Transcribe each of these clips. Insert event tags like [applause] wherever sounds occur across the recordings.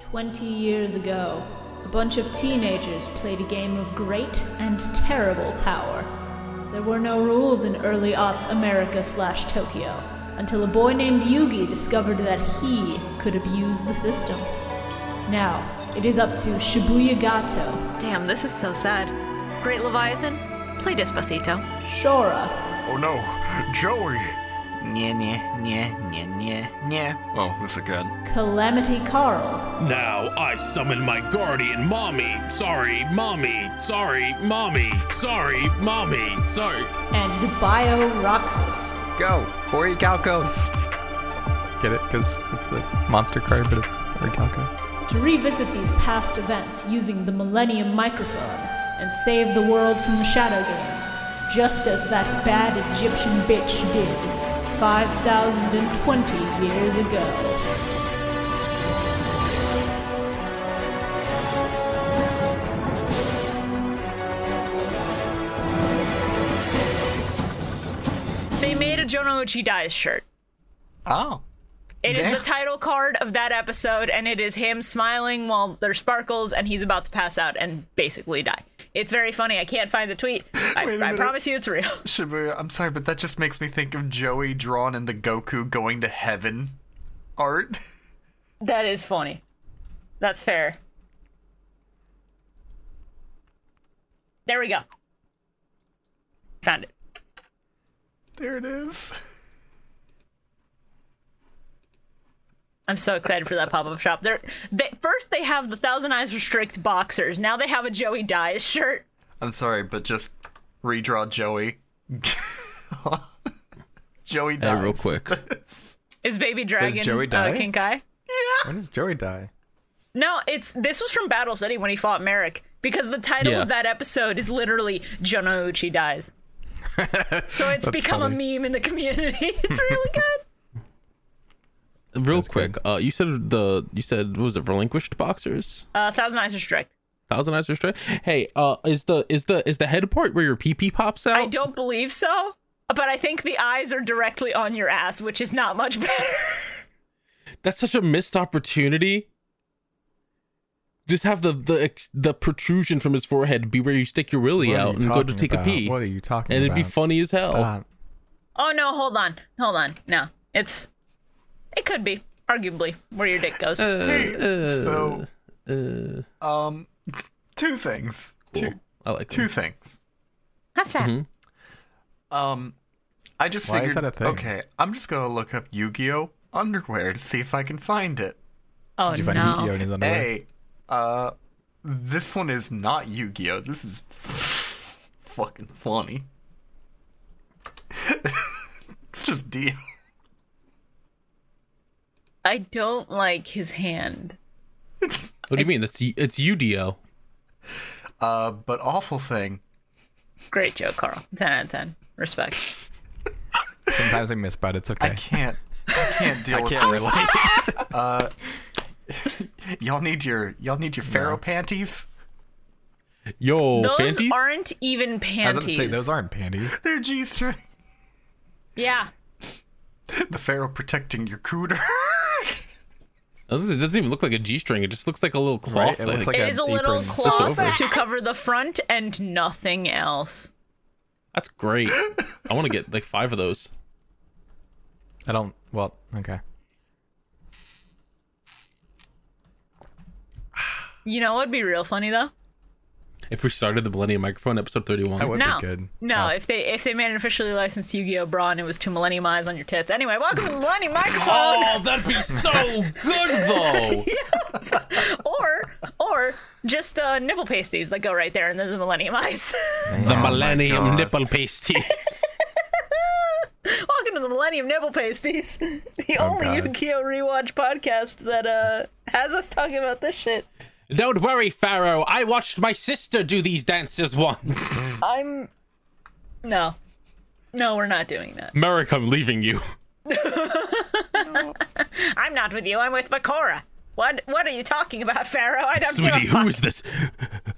20 years ago, a bunch of teenagers played a game of great and terrible power. There were no rules in early aughts America slash Tokyo until a boy named Yugi discovered that he could abuse the system. Now, it is up to Shibuya Gato, Damn, this is so sad. Great Leviathan, play Despacito. Shora, Oh no, Joey! Nye, nye, nye, nye, nye, nye. Oh, this again. Calamity Carl, Now I summon my guardian mommy. Sorry, mommy. Sorry, mommy. Sorry, mommy. Sorry. and Bio Roxas. Go! Orichalcos! Get it? Because it's the monster card, but it's Orichalco. to revisit these past events using the Millennium Microphone and save the world from the Shadow Games, just as that bad Egyptian bitch did 5,020 years ago. They made a Jonouchi dies shirt. Oh. It is Damn. the title card of that episode, and it is him smiling while there's sparkles, and he's about to pass out and basically die. It's very funny. I can't find the [laughs] tweet. Wait a I, I minute. promise you it's real. [laughs] Shibuya, I'm sorry, but that just makes me think of Joey drawn in the Goku going to heaven art. [laughs] That is funny. That's fair. There we go. Found it. There it is. I'm so excited for that pop-up shop. They're, they first they have the Thousand Eyes Restrict boxers. Now they have a Joey Dies shirt. I'm sorry, but just redraw Joey. [laughs] Joey dies. Hey, real [laughs] quick. Is Baby Dragon Joey die? Uh, Kinkai? Yeah. When does Joey die? No, it's this was from Battle City when he fought Merrick because the title Yeah. of that episode is literally Jonouchi dies. so it's become a meme in the community. [laughs] It's really good. Real quick. Uh, you said the you said what was it relinquished boxers? Uh, Thousand Eyes Restrict. Thousand eyes restraint. Hey, uh, is the is the is the head part where your pee pee pops out? I don't believe so, but I think the eyes are directly on your ass, which is not much [laughs] better. That's such a missed opportunity. Just have the the ex- the protrusion from his forehead be where you stick your willy What are out you and go to talking take about? a pee. What are you talking and about? Ah, it'd be funny as hell. Stop. oh no, hold on, hold on. No, it's it could be arguably where your dick goes. So, Uh, um, two things. Two, I like two that. things. Mm-hmm. What's that? Um, I just Why is figured. that a thing? Okay, I'm just gonna look up Yu-Gi-Oh underwear to see if I can find it. oh Did you find no, Yu-Gi-Oh in his underwear? Hey, uh, this one is not Yu-Gi-Oh. This is [laughs] f- fucking funny. [laughs] it's just D. I don't like his hand. What do you mean? That's y- it's UDO. Uh, but awful thing. Great joke, Carl. Ten out of ten. Respect. Sometimes I miss, but it's I okay. can't. I can't deal [laughs] I with can't relate. Y'all need your y'all need your pharaoh panties. Yo, Those fancies. aren't even I was about panties. to say those aren't panties. They're g-string. yeah. [laughs] The pharaoh protecting your cooter. [laughs] I was gonna say, It doesn't even look like a G string. It just looks like a little Right? cloth. It looks thing. like It an is a little apron. cloth over. to cover the front and nothing else. That's great. I want to get like five of those. I don't. Well, okay. You know what would be real funny though? If we started the Millennium Microphone episode That 31. would No, be good. no. Oh. If they if they made an officially licensed Yu-Gi-Oh bra and it was to Millennium Eyes on your tits. Anyway, welcome to Millennium Microphone. Oh, that'd be so good [laughs] though. [laughs] or or just uh, nipple pasties that go right there, and there's the Millennium Eyes. [laughs] The Millennium God. Nipple [laughs] Pasties. welcome to the Millennium Nipple Pasties, [laughs] the Oh, only God. Yu-Gi-Oh rewatch podcast that uh has us talking about this shit. Don't worry, Pharaoh. I watched my sister do these dances once. I'm no, no, we're not doing that. Merrick, I'm leaving you. I'm not with you. I'm with Bakora. What what are you talking about, Pharaoh? I don't give a fuck. is this?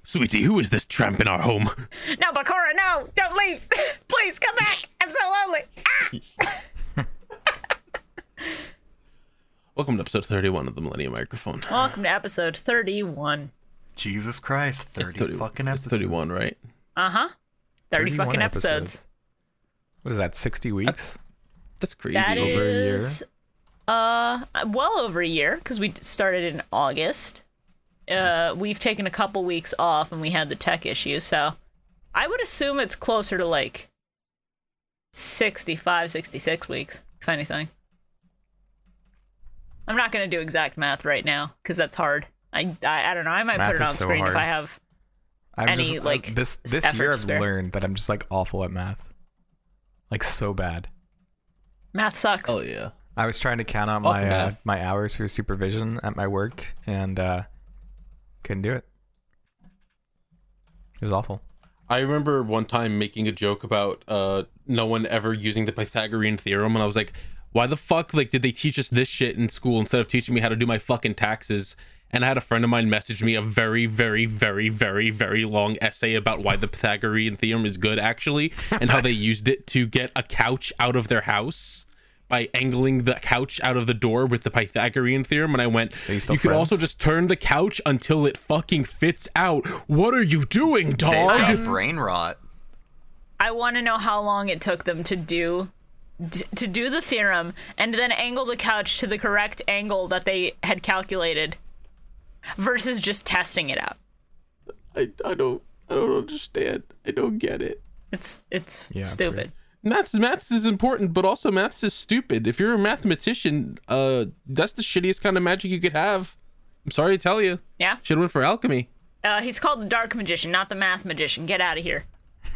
Sweetie, who is this tramp in our home? No, Bakora, no! Don't leave! [laughs] Please come back! I'm so lonely! Ah! Welcome to episode 31 of the Millennium Microphone. Welcome to episode 31. Jesus Christ, 30 It's 31 fucking it's episodes. 31, right? Uh huh. 30 31 fucking episodes. What is that? Sixty weeks? That's crazy. That Over a year? is uh well over a year because we started in August. Uh, we've taken a couple weeks off and we had the tech issue, so I would assume it's closer to like 65, 66 weeks, if anything. I'm not gonna do exact math right now because that's hard. I, I I don't know. I might Math put it is on so screen hard. if I have. I'm Any, just, uh, like, this s- this year effort I've spare. learned that I'm just like awful at math, like so bad. Math sucks. Hell yeah. I was trying to count out Welcome my uh, back. my hours for supervision at my work and uh, couldn't do it. It was awful. I remember one time making a joke about uh, no one ever using the Pythagorean theorem, and I was like, "Why the fuck? Like, did they teach us this shit in school instead of teaching me how to do my fucking taxes?" And I had a friend of mine message me a very, very, very, very, very long essay about why the Pythagorean theorem is good, actually, and how they used it to get a couch out of their house by angling the couch out of the door with the Pythagorean theorem. And I went, you "You still could also friends?" just turn the couch until it fucking fits out. What are you doing, They've dog?" got brain rot. I want to know how long it took them to do d- to do the theorem and then angle the couch to the correct angle that they had calculated versus just testing it out. I, I don't I don't understand. I don't get it. It's it's it's stupid. weird. Maths maths is important, but also maths is stupid. If you're a mathematician, uh that's the shittiest kind of magic you could have. I'm sorry to tell you. yeah. Should went for alchemy. Uh, he's called the dark magician, not the math magician. Get out of here.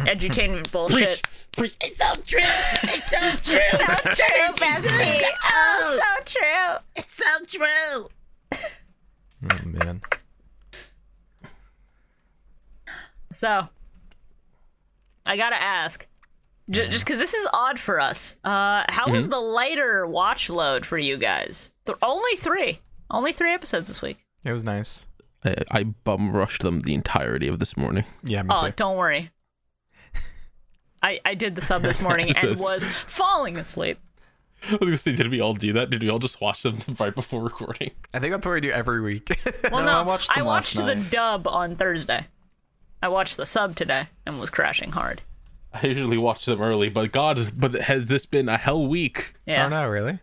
Edutainment bullshit. Preach. It's all true. It's all true. so true, bestie. Oh, so true. It's all true. Oh man, So, I gotta ask, j- just because this is odd for us, uh, how was Mm-hmm. the lighter watch load for you guys? Th- only three, only three episodes this week. it was nice. I, I bum rushed them the entirety of this morning. Yeah, me Oh, too. don't [laughs] worry. I I did the sub this morning and Sus. was falling asleep. [laughs] I was gonna say, did we all do that? Did we all just watch them [laughs] right before recording? I think that's what we do every week. [laughs] Well, no, No, I watched them last watched the night. dub on Thursday. I watched the sub today and was crashing hard. I usually watch them early, but God, but has this been a hell week? I Yeah. don't know, really.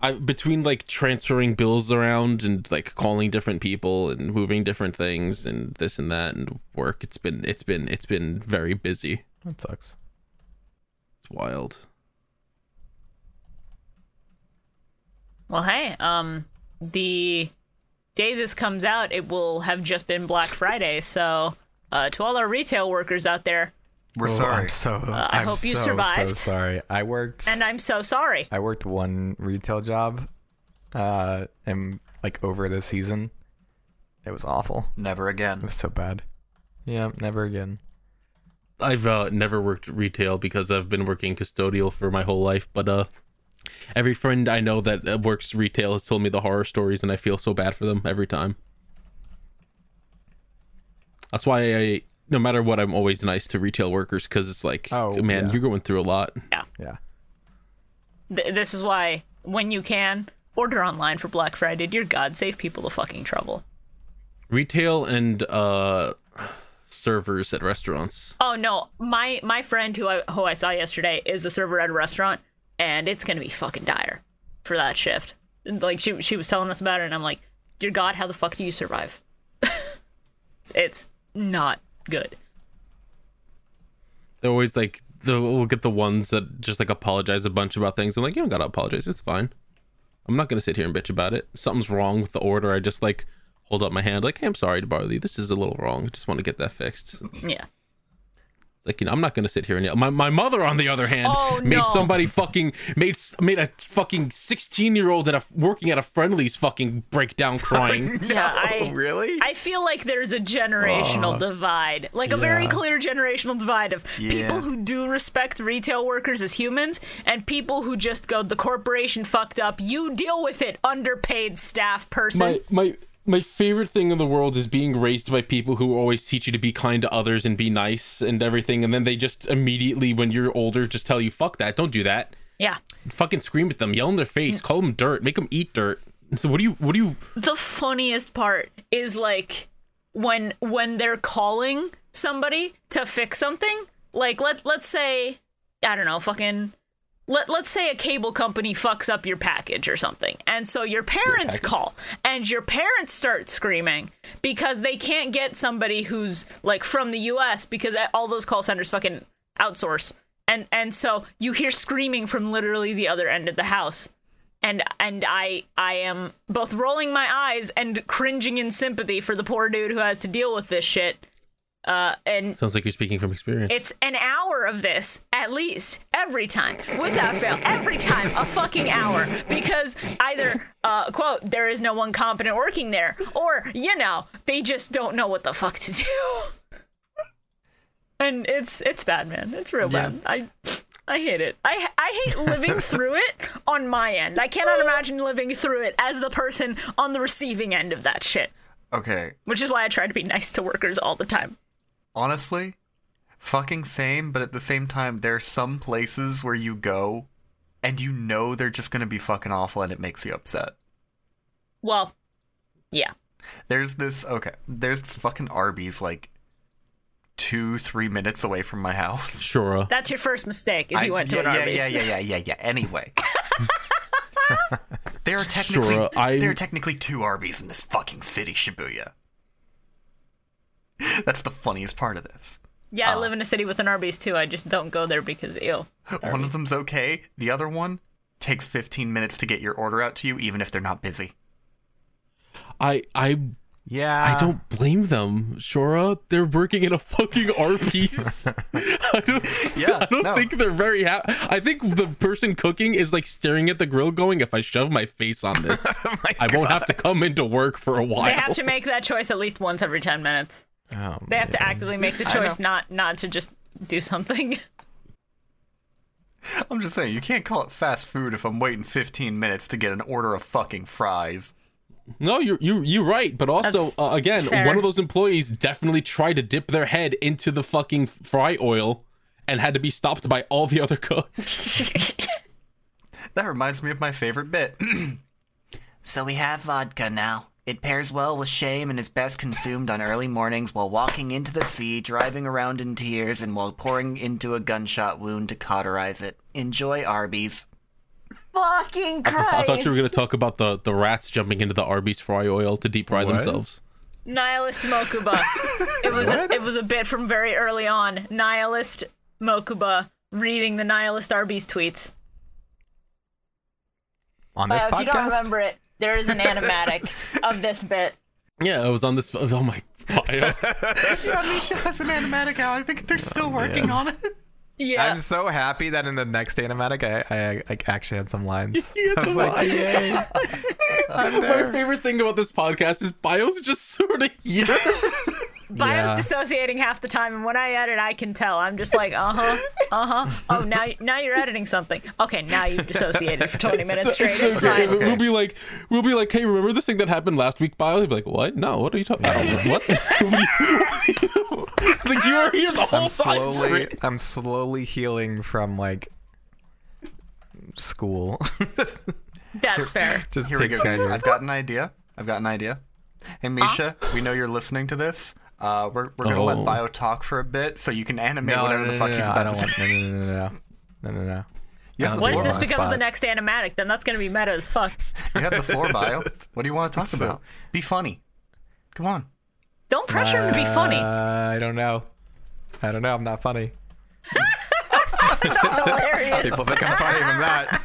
I between like transferring bills around and like calling different people and moving different things and this and that and work. It's been it's been it's been very busy. That sucks. It's wild. Well, hey, um, the day this comes out, it will have just been Black Friday. So, uh, to all our retail workers out there, We're Oh, sorry. I'm so. Uh, I I'm hope you so, So survived. sorry. I worked. and I'm so sorry. I worked one retail job, uh, and like over the season, it was awful. Never It again. was so bad. Yeah, never again. I've uh, never worked retail because I've been working custodial for my whole life, but uh every friend I know that uh, works retail has told me the horror stories and I feel so bad for them every time. That's why I no matter what I'm always nice to retail workers cuz it's like Oh, man, yeah. you're going through a lot. Yeah. Th- this is why, when you can, order online for Black Friday. Dear God, save people the fucking trouble. retail and uh servers at restaurants Oh no, my my friend who I who I saw yesterday is a server at a restaurant, and it's gonna be fucking dire for that shift. Like she she was telling us about it, and I'm like, dear God, how the fuck do you survive? [laughs] it's, it's not good. they're always like the, we'll get the ones that just like apologize a bunch about things i'm like you don't gotta apologize it's fine i'm not gonna sit here and bitch about it something's wrong with the order i just like hold up my hand like hey i'm sorry to bother you this is a little wrong just want to get that fixed Yeah. like you know i'm not gonna sit here and yell. my, my mother on the other hand Oh, made no. somebody fucking made s- made a fucking 16 year old at a working at a friendlies fucking break [laughs] down crying [laughs] Yeah, I really? Oh, I feel like there's a generational divide, like a very yeah. clear generational divide of people Yeah. who do respect retail workers as humans and people who just go, the corporation fucked up, you deal with it, underpaid staff person. my my my favorite thing in the world is being raised by people who always teach you to be kind to others and be nice and everything and then they just immediately when you're older just tell you fuck that don't do that Yeah. Fucking scream at them, yell in their face, call them dirt, make them eat dirt. So what do you what do you the funniest part is like when when they're calling somebody to fix something like let let's say i don't know fucking let, let's say a cable company fucks up your package or something and so your parents call and your parents start screaming because they can't get somebody who's like from the us because all those call centers fucking outsource and and so you hear screaming from literally the other end of the house and and I I am both rolling my eyes and cringing in sympathy for the poor dude who has to deal with this shit. Uh, and Sounds like you're speaking from experience. it's an hour of this at least every time, without fail, every time a fucking hour because either uh, quote there is no one competent working there, or you know they just don't know what the fuck to do. [laughs] And it's it's bad, man. It's real bad. I I hate it. I I hate living through it on my end. I cannot imagine living through it as the person on the receiving end of that shit. Okay, Which is why I try to be nice to workers all the time. honestly, fucking same, but at the same time, there are some places where you go and you know they're just gonna be fucking awful and it makes you upset. Well, yeah. There's this, okay, there's this fucking Arby's like two, three minutes away from my [laughs] house. sure. uh, That's your first mistake is I- you went to yeah, an yeah, Arby's. Yeah, yeah, yeah, yeah, yeah. [laughs] Anyway. there are technically Sure, I'm- there are technically two Arby's in this fucking city, Shibuya. That's the funniest part of this. Yeah, I live in a city with an Arby's too. I just don't go there because ew. One of them's okay, the other one takes 15 minutes to get your order out to you even if they're not busy. I I Yeah. I don't blame them, Shora. They're working in a fucking Arby's. I don't, [laughs] Yeah, I don't no. think they're very happy. I think the person cooking is like staring at the grill, going, "If I shove my face on this, I won't have to come into work for a while." They have to make that choice at least once every 10 minutes. Oh, Um, They have to actively make the know. choice not not to just do something. [laughs] I'm just saying, you can't call it fast food if I'm waiting 15 minutes to get an order of fucking fries. No, you're you you're right, but also That's uh, again, fair. one of those employees definitely tried to dip their head into the fucking fry oil and had to be stopped by all the other cooks. That reminds me of my favorite bit. [clears throat] So we have vodka now. It pairs well with shame and is best consumed on early mornings while walking into the sea, driving around in tears, and while pouring into a gunshot wound to cauterize it. Enjoy Arby's. Fucking Christ. I thought you were going to talk about the the rats jumping into the Arby's fry oil to deep fry themselves. Nihilist Mokuba. it was a, it was a bit from very early on. Nihilist Mokuba reading the Nihilist Arby's tweets. On this Uh, if podcast. you don't remember it, there is an animatic of this bit. Yeah, I was on this. Oh my bio. Misha has an animatic out. I think they're still working on it. Yeah. I'm so happy that in the next animatic, I, I, I actually had some lines. [laughs] I was [laughs] like, Yay. I'm My there. favorite thing about this podcast is bios just sort of [laughs] here. Bio's Yeah. dissociating half the time, and when I edit, I can tell. I'm just like, uh huh, uh huh. Oh, now now you're editing something. Okay, now you've dissociated for [laughs] 20 minutes straight. It's Okay, fine. We'll be like, we'll be like, hey, remember this thing that happened last week, Bio? He'll be like, what? No, what are you talking about? what? [laughs] It's like you [laughs] were here the whole time. for I'm slowly, it. I'm slowly healing from like school. [laughs] That's fair. Just Here we go, takes a guys. year. I've got an idea. I've got an idea. Hey, Misha, we know you're listening to this. Uh, we're we're gonna Oh. let Bio talk for a bit, so you can animate No, no, whatever no, the no, fuck no, he's no, about I don't to want. say. No, no, no, no, no, no, no, no. You have the What What is if floor. this on the becomes the spot. next animatic? Then that's going to be meta as fuck. You have the floor, Bio. What do you want to talk about? Be funny. Come on. Don't pressure him to be funny. Uh, I don't know. I don't know. I'm [laughs] not funny. Hilarious. People think I'm funny. [laughs] I'm not.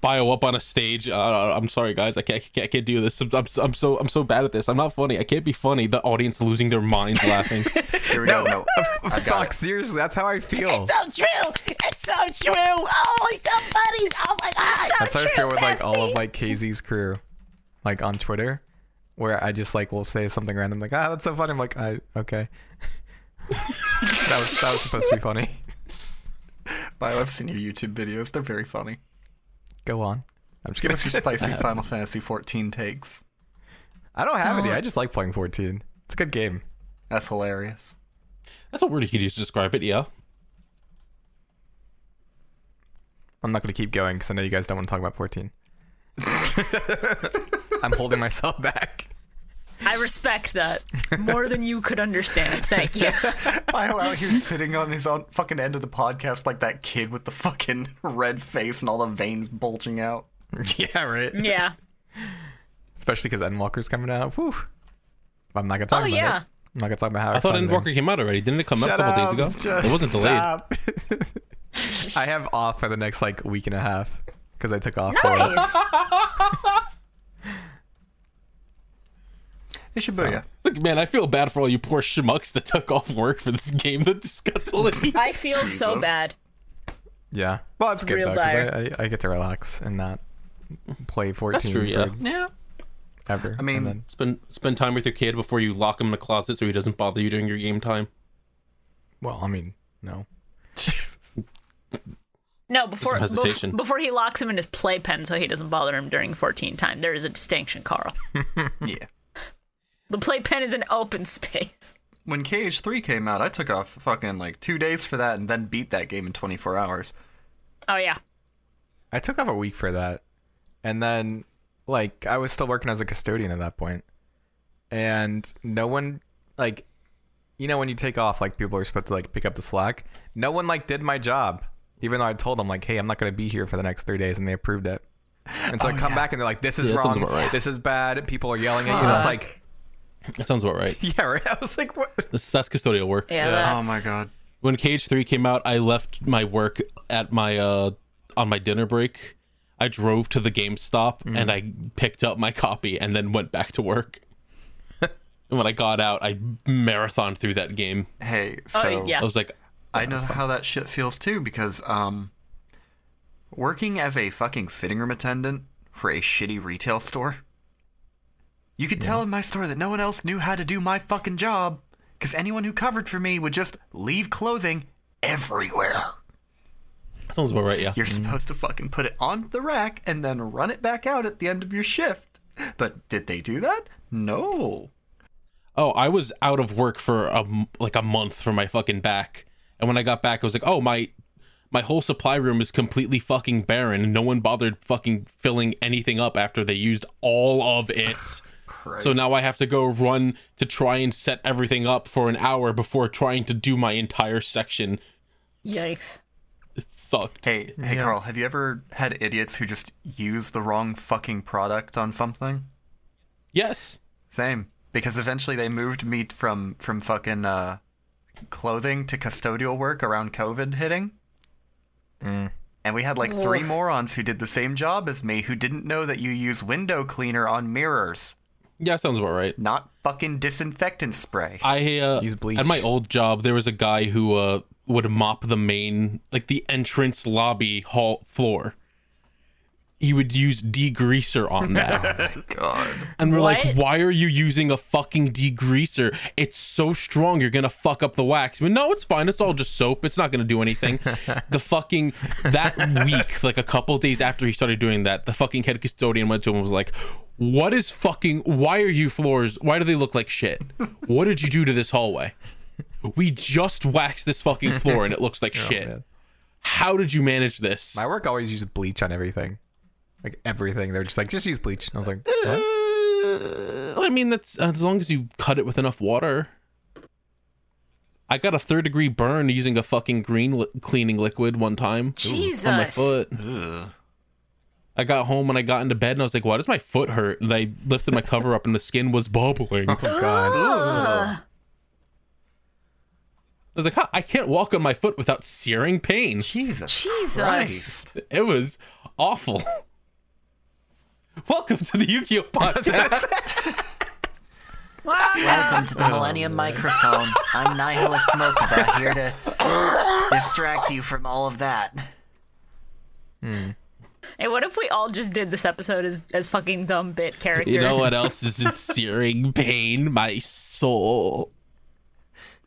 Bio up on a stage. Uh, I'm sorry, guys. I can't, I can't, I can't do this. I'm, I'm, I'm so, I'm so bad at this. I'm not funny. I can't be funny. The audience losing their minds [laughs] laughing. Here we go. [laughs] No, I've got Fuck, it. seriously, that's how I feel. So true. It's so true. Oh, he's so funny. Oh my god. That's how I feel with like all of like KZ's crew, like on Twitter, where I just like will say something random like, ah, that's so funny. I'm like, I okay. [laughs] that was that was supposed to be funny. [laughs] Bio, I've seen your YouTube videos. They're very funny. Go on. I'm just Give kidding. us [laughs] your [laughs] spicy Final Fantasy 14 takes. I don't have any. I just like playing 14. It's a good game. That's hilarious. That's a word you could use to describe it. Yeah. I'm not going to keep going because I know you guys don't want to talk about 14. [laughs] I'm holding myself back. [laughs] I respect that more than you could understand. Thank [laughs] you. Bio out here sitting on his own fucking end of the podcast like that kid with the fucking [laughs] red face and all the veins bulging out. yeah, right. Yeah. Especially because Endwalker's coming out. Whew. I'm not going to talk Oh, about yeah. it. I'm not going to talk about how I thought Endwalker came out already. Didn't it come out a couple days ago? it wasn't delayed. delayed. [laughs] I have off for the next like week and a half because I took off. for it. Nice. Ishibuya. Look, man, I feel bad for all you poor schmucks that took off work for this game that just [laughs] got delayed. I feel so Jesus. bad. Yeah. Well, it's, good real though 'cause I, I, I get to relax and not play 14 true, yeah. Yeah. forever. I mean- Spend spend time with your kid before you lock him in the closet so he doesn't bother you during your game time. well, I mean, no. No, before Some hesitation. bef- before he locks him in his playpen so he doesn't bother him during 14 time. There is a distinction, Carl. Yeah. The playpen is an open space. When KH3 came out, I took off fucking like two days for that and then beat that game in 24 hours. Oh yeah. I took off a week for that. And then, like, I was still working as a custodian at that point. And no one, like, you know, when you take off, like, people are supposed to, like, pick up the slack. No one, like, did my job. Even though I told them, like, hey, I'm not going to be here for the next three days. And they approved it. And so I come back and they're like, this is Oh, Yeah, that sounds wrong. about right. This is bad. People are yelling at you. And it's like, That sounds about right. [laughs] yeah, right? I was like, what? That's, that's custodial work. Yeah. Oh that's- my god. when Cage Three came out, I left my work at my uh on my dinner break. I drove to the GameStop and I picked up my copy and then went back to work. and when I got out, I marathoned through that game. Hey, Oh so yeah. I was like, I know how that shit feels too because um working as a fucking fitting room attendant for a shitty retail store. You could tell in my store that no one else knew how to do my fucking job cuz anyone who covered for me would just leave clothing everywhere. that sounds about right, yeah. You're supposed to fucking put it on the rack and then run it back out at the end of your shift. But did they do that? No. Oh, I was out of work for a, m- like a month for my fucking back. And when I got back, I was like, "Oh, my my whole supply room is completely fucking barren. No one bothered fucking filling anything up after they used all of [sighs] it." So now I have to go run to try and set everything up for an hour before trying to do my entire section. Yikes. It sucked. Hey, hey Carl, have you ever had idiots who just use the wrong fucking product on something? Yes. Same, because eventually they moved me from from fucking uh, clothing to custodial work around COVID hitting. Mm. And we had like three morons who did the same job as me who didn't know that you use window cleaner on mirrors, Yeah, sounds about right. not fucking disinfectant spray. I uh, Use bleach. At my old job, there was a guy who uh, would mop the main, like the entrance lobby hall floor. He would use degreaser on that, God. and we're What? like, "Why are you using a fucking degreaser? It's so strong, you're gonna fuck up the wax." But no, it's fine. It's all just soap. It's not gonna do anything. the fucking that week, like a couple days after he started doing that, the fucking head custodian went to him and was like, "What is fucking? Why are you floors? Why do they look like shit? What did you do to this hallway?" We just waxed this fucking floor and it looks like shit. man. How did you manage this? My work always uses bleach on everything. Like, everything. They're just like, just use bleach. And I was like, what? Uh, I mean, that's as long as you cut it with enough water. I got a third degree burn using a fucking green li- cleaning liquid one time Jesus. on my foot. I got home and I got into bed and I was like, "Why does my foot hurt?" And I lifted my cover up and the skin was bubbling. I Oh, God. was like, huh, "I can't walk on my foot without searing pain." Jesus. Jesus. Christ. It was awful. [laughs] Welcome to the Yu-Gi-Oh podcast. Welcome to the Millennium Microphone. I'm Nihilist Mokuba, here to distract you from all of that. Hey, what if we all just did this episode as as fucking dumb bit characters? You know what else is in searing pain? My soul.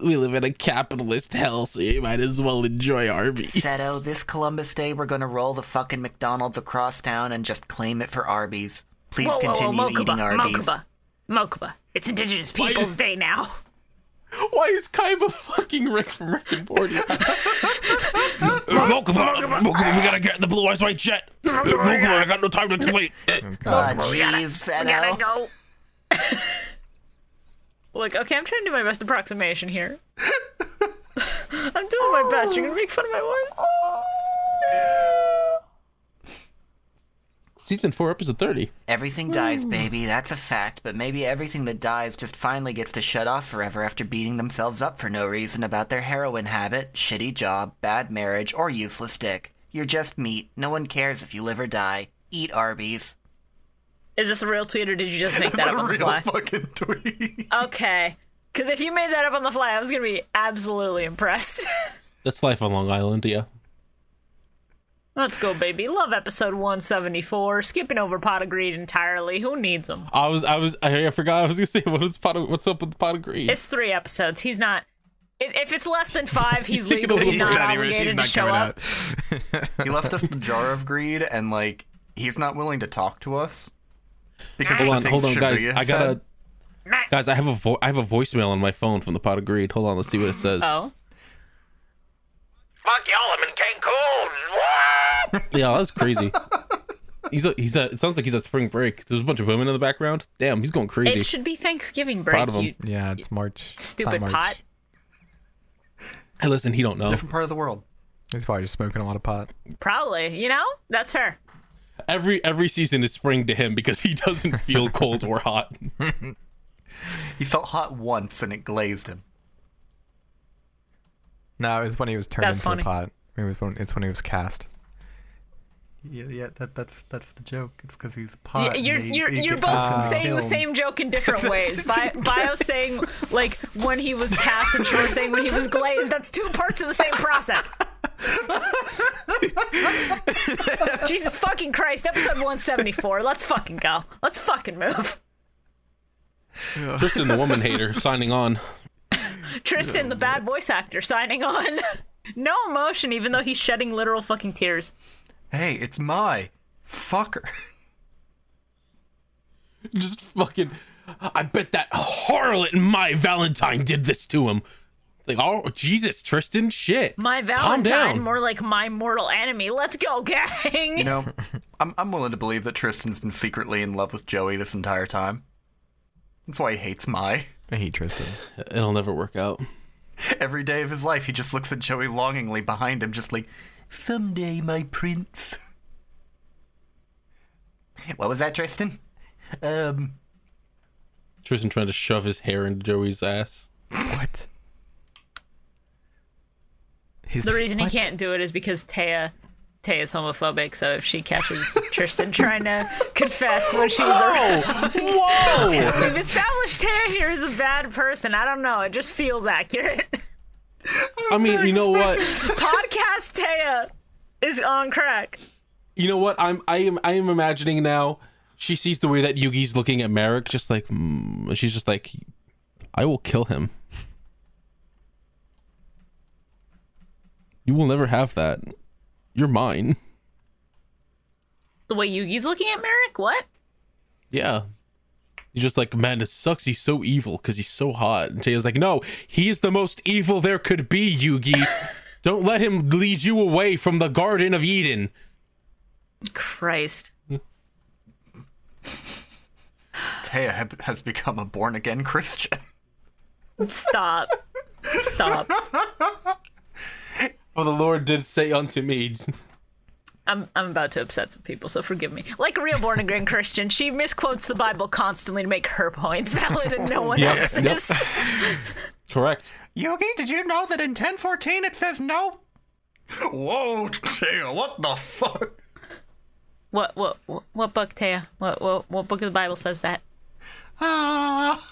We live in a capitalist hell, so you might as well enjoy Arby's. Seto, oh, this Columbus Day, we're gonna roll the fucking McDonald's across town and just claim it for Arby's. Please Whoa, whoa, whoa, continue Mokuba, eating Arby's. Mokuba. Mokuba. It's Indigenous Peoples Day now. Why is Kaiba fucking Rick from Rick and Morty? Mokuba, Mokuba, we gotta get the blue eyes white jet. Mokuba, I got no time to wait. Oh, jeez, Zeno. go. [laughs] Look, okay, I'm trying to do my best approximation here. [laughs] I'm doing my best. You're gonna make fun of my words. Season four, episode thirty. Everything dies, baby. That's a fact. But maybe everything that dies just finally gets to shut off forever after beating themselves up for no reason about their heroin habit, shitty job, bad marriage, or useless dick. You're just meat. No one cares if you live or die. Eat Arby's. Is this a real tweet or did you just make that up on the fly? fucking [laughs] tweet. Okay. Because if you made that up on the fly, I was gonna be absolutely impressed. [laughs] That's life on Long Island. Yeah. Let's go, baby. Love episode 174. Skipping over pot of greed entirely. Who needs them? I was, I was, I, I forgot. I was gonna say what is pot of, what's up with the pot of greed? It's three episodes. He's not. i- If it's less than five, he's thinking of- legally he's not, even- obligated to show up. He left us the jar of greed, and like he's not willing to talk to us because hold of on, the hold on, things guys. Shibuya I gotta, said. guys. I have a, vo- I have a voicemail on my phone from the pot of greed. Hold on, let's see what it says. Oh. Fuck y'all, I'm in Cancun. What? Yeah, that was [laughs] crazy. he's, a, he's, a, it sounds like he's at spring break. There's a bunch of women in the background. Damn, he's going crazy. It should be Thanksgiving Proud break, of him. you Yeah, it's March. It's stupid not March. pot. Hey, listen, he don't know. Different part of the world. He's probably just smoking a lot of pot. Probably. You know? That's fair. Every every season is spring to him because he [laughs] doesn't feel cold or hot. He felt hot once, and it glazed him. No, it was when he was turned That's into funny. a pot. It was when, it's when he was cast. Yeah, yeah, that, that's that's the joke. It's because he's Y- pot. you're you're, you're both saying the same joke in different ways. Bi- Bio saying like when he was cast and Shore saying when he was glazed. That's two parts of the same process. Jesus fucking Christ! Episode one seventy four. Let's fucking go. Let's fucking move. Tristan, the woman hater, signing on. Tristan, the bad voice actor, signing on. No emotion, even though he's shedding literal fucking tears. Hey, it's my [laughs] fucker. Just fucking. I bet that harlot my Valentine did this to him. Like, oh Jesus, Tristan, shit. My Calm down. Valentine, more like my mortal enemy. Let's go, gang. You know, I'm I'm willing to believe that Tristan's been secretly in love with Joey this entire time. That's why he hates my. I hate Tristan. It'll never work out. [laughs] Every day of his life, he just looks at Joey longingly behind him, just like, someday, my prince. [laughs] What was that, Tristan? Um, Tristan trying to shove his hair into Joey's ass. What? His, The reason what? he can't do it is because Taya Taya's homophobic, so if she catches Tristan trying to confess when she's around, Oh! Whoa! we've established Taya here is a bad person. I don't know, it just feels accurate. [laughs] I mean, you know what? Podcast Taya is on crack. You know what? I'm I am I am imagining now. She sees the way that Yugi's looking at Merrick, just like mm, and she's just like, I will kill him. You will never have that. You're mine. The way Yugi's looking at Merrick, what? Yeah. He's just like, man, it sucks. He's so evil because he's so hot. And Taya's like, no, he is the most evil there could be, [laughs] Yugi. Don't let him lead you away from the Garden of Eden. Christ. Taya ha- has become a born again Christian. [laughs] Stop. Stop. For the Lord did say unto me, [laughs] I'm I'm about to upset some people, so forgive me. Like a real born again Christian, she misquotes the Bible constantly to make her points valid and no one Yep, else's. yep. correct. Yogi, did you know that in 1014 it says no? Whoa, Taya, what the fuck? What what what- what book, Taya? What what what book of the Bible says that? Ah.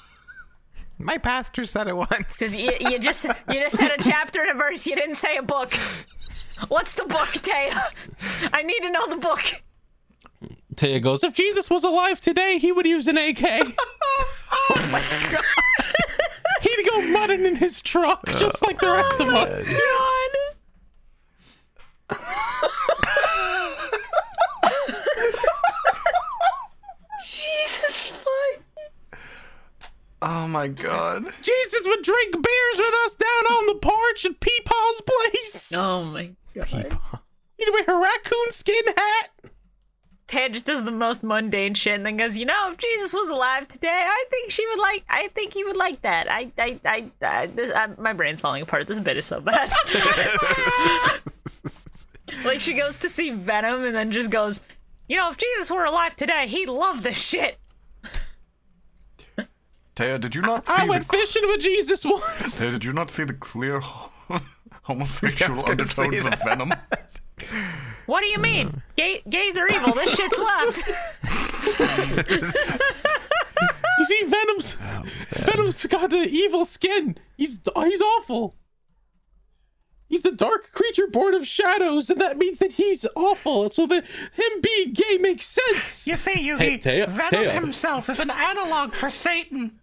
My pastor said it once. [laughs] Because you, you just you just said a chapter and a verse. You didn't say a book. What's the book, Taya? I need to know the book. Taya goes, if Jesus was alive today, he would use an AK. [laughs] Oh He'd go mudding in his truck, just like the rest of us. God. Jesus fuck. Oh my god. Jesus would drink beers with us down on the porch at Peepaw's place. Oh my god. You'd wear her raccoon skin hat. Ted just does the most mundane shit and then goes, you know, if Jesus was alive today, I think she would like. I think he would like that. I, I, I, I, this, I my brain's falling apart. This bit is so bad. [laughs] like she goes to see Venom and then just goes, you know, if Jesus were alive today, he'd love this shit. Taya, did you not see I the went fishing with Jesus once. Taya, did you not see the clear [laughs] homosexual gonna say undertones of Venom? What do you mean? Gay, gays are evil. This shit slaps. You see, Venom's Venom's got an evil skin. He's he's awful. He's the dark creature born of shadows, and that means that he's awful. So that him being gay makes sense. You see, Yugi, Hey, Teo- Venom Teo. himself is an analog for Satan.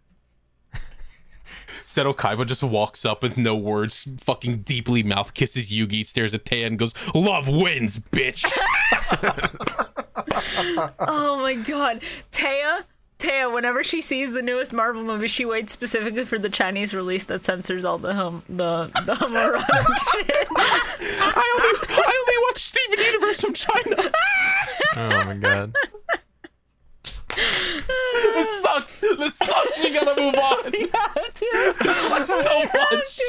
Seto Kaiba just walks up with no words, fucking deeply mouth kisses Yugi, stares at Taya, and goes, "Love wins, [laughs] bitch." Oh my god. Taya, Taya, whenever she sees the newest Marvel movie, she waits specifically for the Chinese release that censors all the hom- the the homoerotic [laughs] shit. I only I only watch Steven Universe from China. Oh my god. This sucks. This sucks. We gotta move on. [laughs] so much.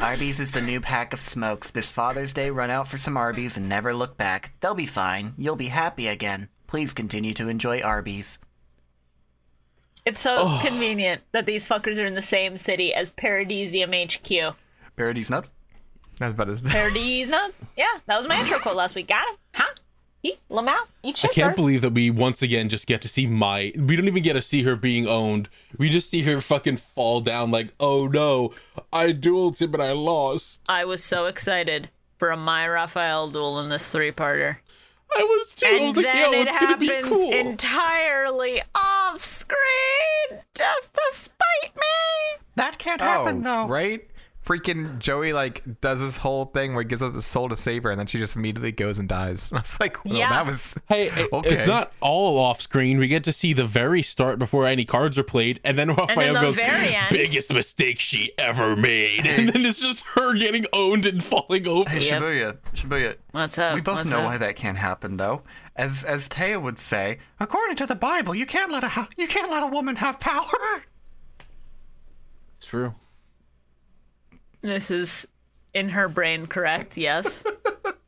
Arby's is the new pack of smokes. This Father's Day, run out for some Arby's and never look back. They'll be fine. You'll be happy again. Please continue to enjoy Arby's. It's so convenient that these fuckers are in the same city as Paradisium HQ. Parody's nuts. That's about as. Paradise nuts? Yeah, that was my intro quote last week. Got him? Huh? Eat, Lamau, eat I shit, can't bro. believe that we once again just get to see my. We don't even get to see her being owned. We just see her fucking fall down like, oh no, I dueled him and I lost. I was so excited for a My Raphael duel in this three-parter. I was too. I and then was like, yo, it it's gonna be happens cool. entirely off screen just to spite me. That can't Oh, right? Freaking Joey like does this whole thing where he gives up his soul to save her, and then she just immediately goes and dies. [laughs] And I was like, well, Yeah. that was Hey, it- it's Okay. not all off screen. We get to see the very start before any cards are played, and then [laughs] Raphael the goes, very end- "Biggest mistake she ever made," [laughs] and then it's just her getting owned and falling over. Hey, Yep. Shibuya. Shibuya. What's up? We both What's know up? why that can't happen, though. As as Taya would say, according to the Bible, you can't let a ho- you can't let a woman have power. It's true. This is in her brain, correct? Yes.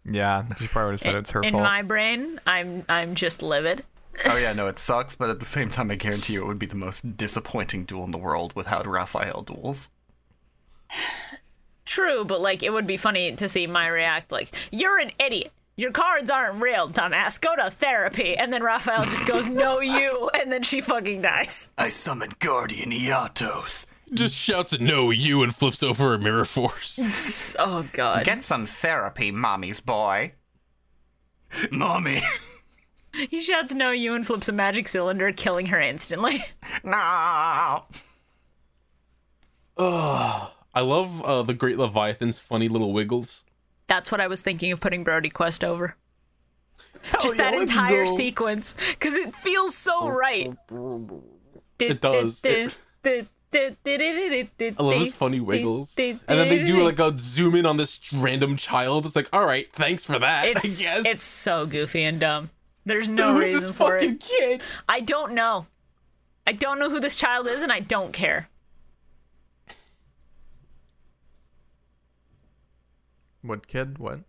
Yeah, she probably would have said it's her in fault. my brain, I'm I'm just livid. Oh yeah, no, it sucks, but at the same time, I guarantee you, it would be the most disappointing duel in the world without Raphael duels. True, but like it would be funny to see my react like, "You're an idiot. Your cards aren't real, dumbass. Go to therapy." And then Raphael just goes, "No, you," and then she fucking dies. I summon Guardian Iatos. Just shouts, "No, you!" and flips over a mirror force. [laughs] Oh god. Get some therapy, mommy's boy. Mommy. [laughs] He shouts no you and flips a magic cylinder, killing her instantly. No. I love uh, the Great Leviathan's funny little wiggles. That's what I was thinking of putting Brody Quest over. Just Oh, yeah, that let's entire go. sequence, because it feels so right. It does. It- I love his funny wiggles. And then they do like [laughs] a zoom in on this random child. It's like, all right, thanks for that. It's, I guess. [laughs] it's so goofy and dumb. There's no Who's reason this for fucking it. kid? I don't know. I don't know who this child is, and I don't care. what kid? What?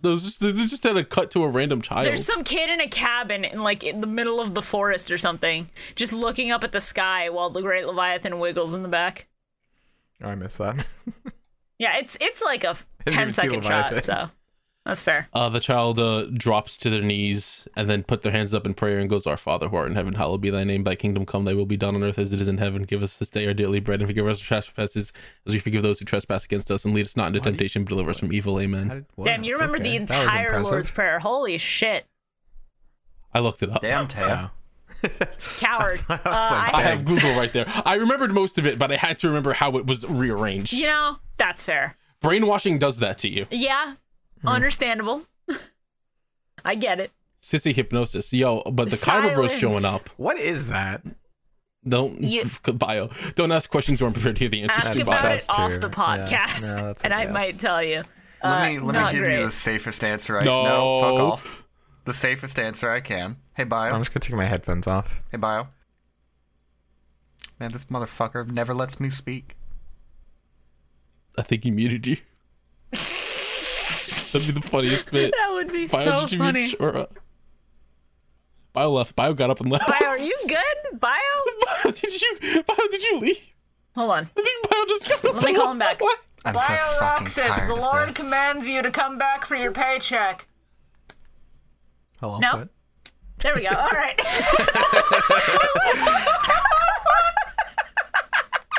Those just they just had a cut to a random child. There's some kid in a cabin in like in the middle of the forest or something, just looking up at the sky while the great leviathan wiggles in the back. Oh, I missed that. [laughs] Yeah, it's it's like a didn't 10 even see second Leviathan. shot, [laughs] so that's fair. uh, the child uh, drops to their knees and then put their hands up in prayer and goes, "Our Father who art in heaven, hallowed be thy name. Thy kingdom come. Thy will be done on earth as it is in heaven. Give us this day our daily bread, and forgive us our trespasses, as we forgive those who trespass against us. And lead us not into temptation, but deliver us from evil. Amen." How did- wow, Damn, you remember the okay. That was entire impressive. Lord's Prayer. Holy [laughs] shit. I looked it up. Damn, Taya. [laughs] Coward. Uh, I was like, I I- have Google right there. I remembered most of it, but I had to remember how it was rearranged. you know, that's fair. Brainwashing does that to you. Yeah, Hmm. understandable. [laughs] I get it. Sissy hypnosis. Yo, but the Kyber bro's Silence. showing up. What is that? Don't You- bio. Don't ask questions you aren't prepared to hear the answers Ask to. about Bio. it off true. the Yeah. podcast, No, [laughs] that's and I okay. might tell you. Let Uh, me let not me give great. you the safest answer I No. can. fuck off. The safest answer I can. Hey bio. I'm just gonna take my headphones off. Hey bio. Man, this motherfucker never lets me speak. I think he muted you. That'd be the [laughs] funniest bit. [laughs] That would be Bio, so did you funny. mute Shora? Bio left. Bio got up and left. Bio, are [laughs] you good? Bio? Bio, did you? Bio, did you leave? Hold on. I think Bio just got up. Let me and call him left. back. [laughs] I'm so fucking tired of this. commands you to come back for your paycheck. Hello. No? There we go. All right.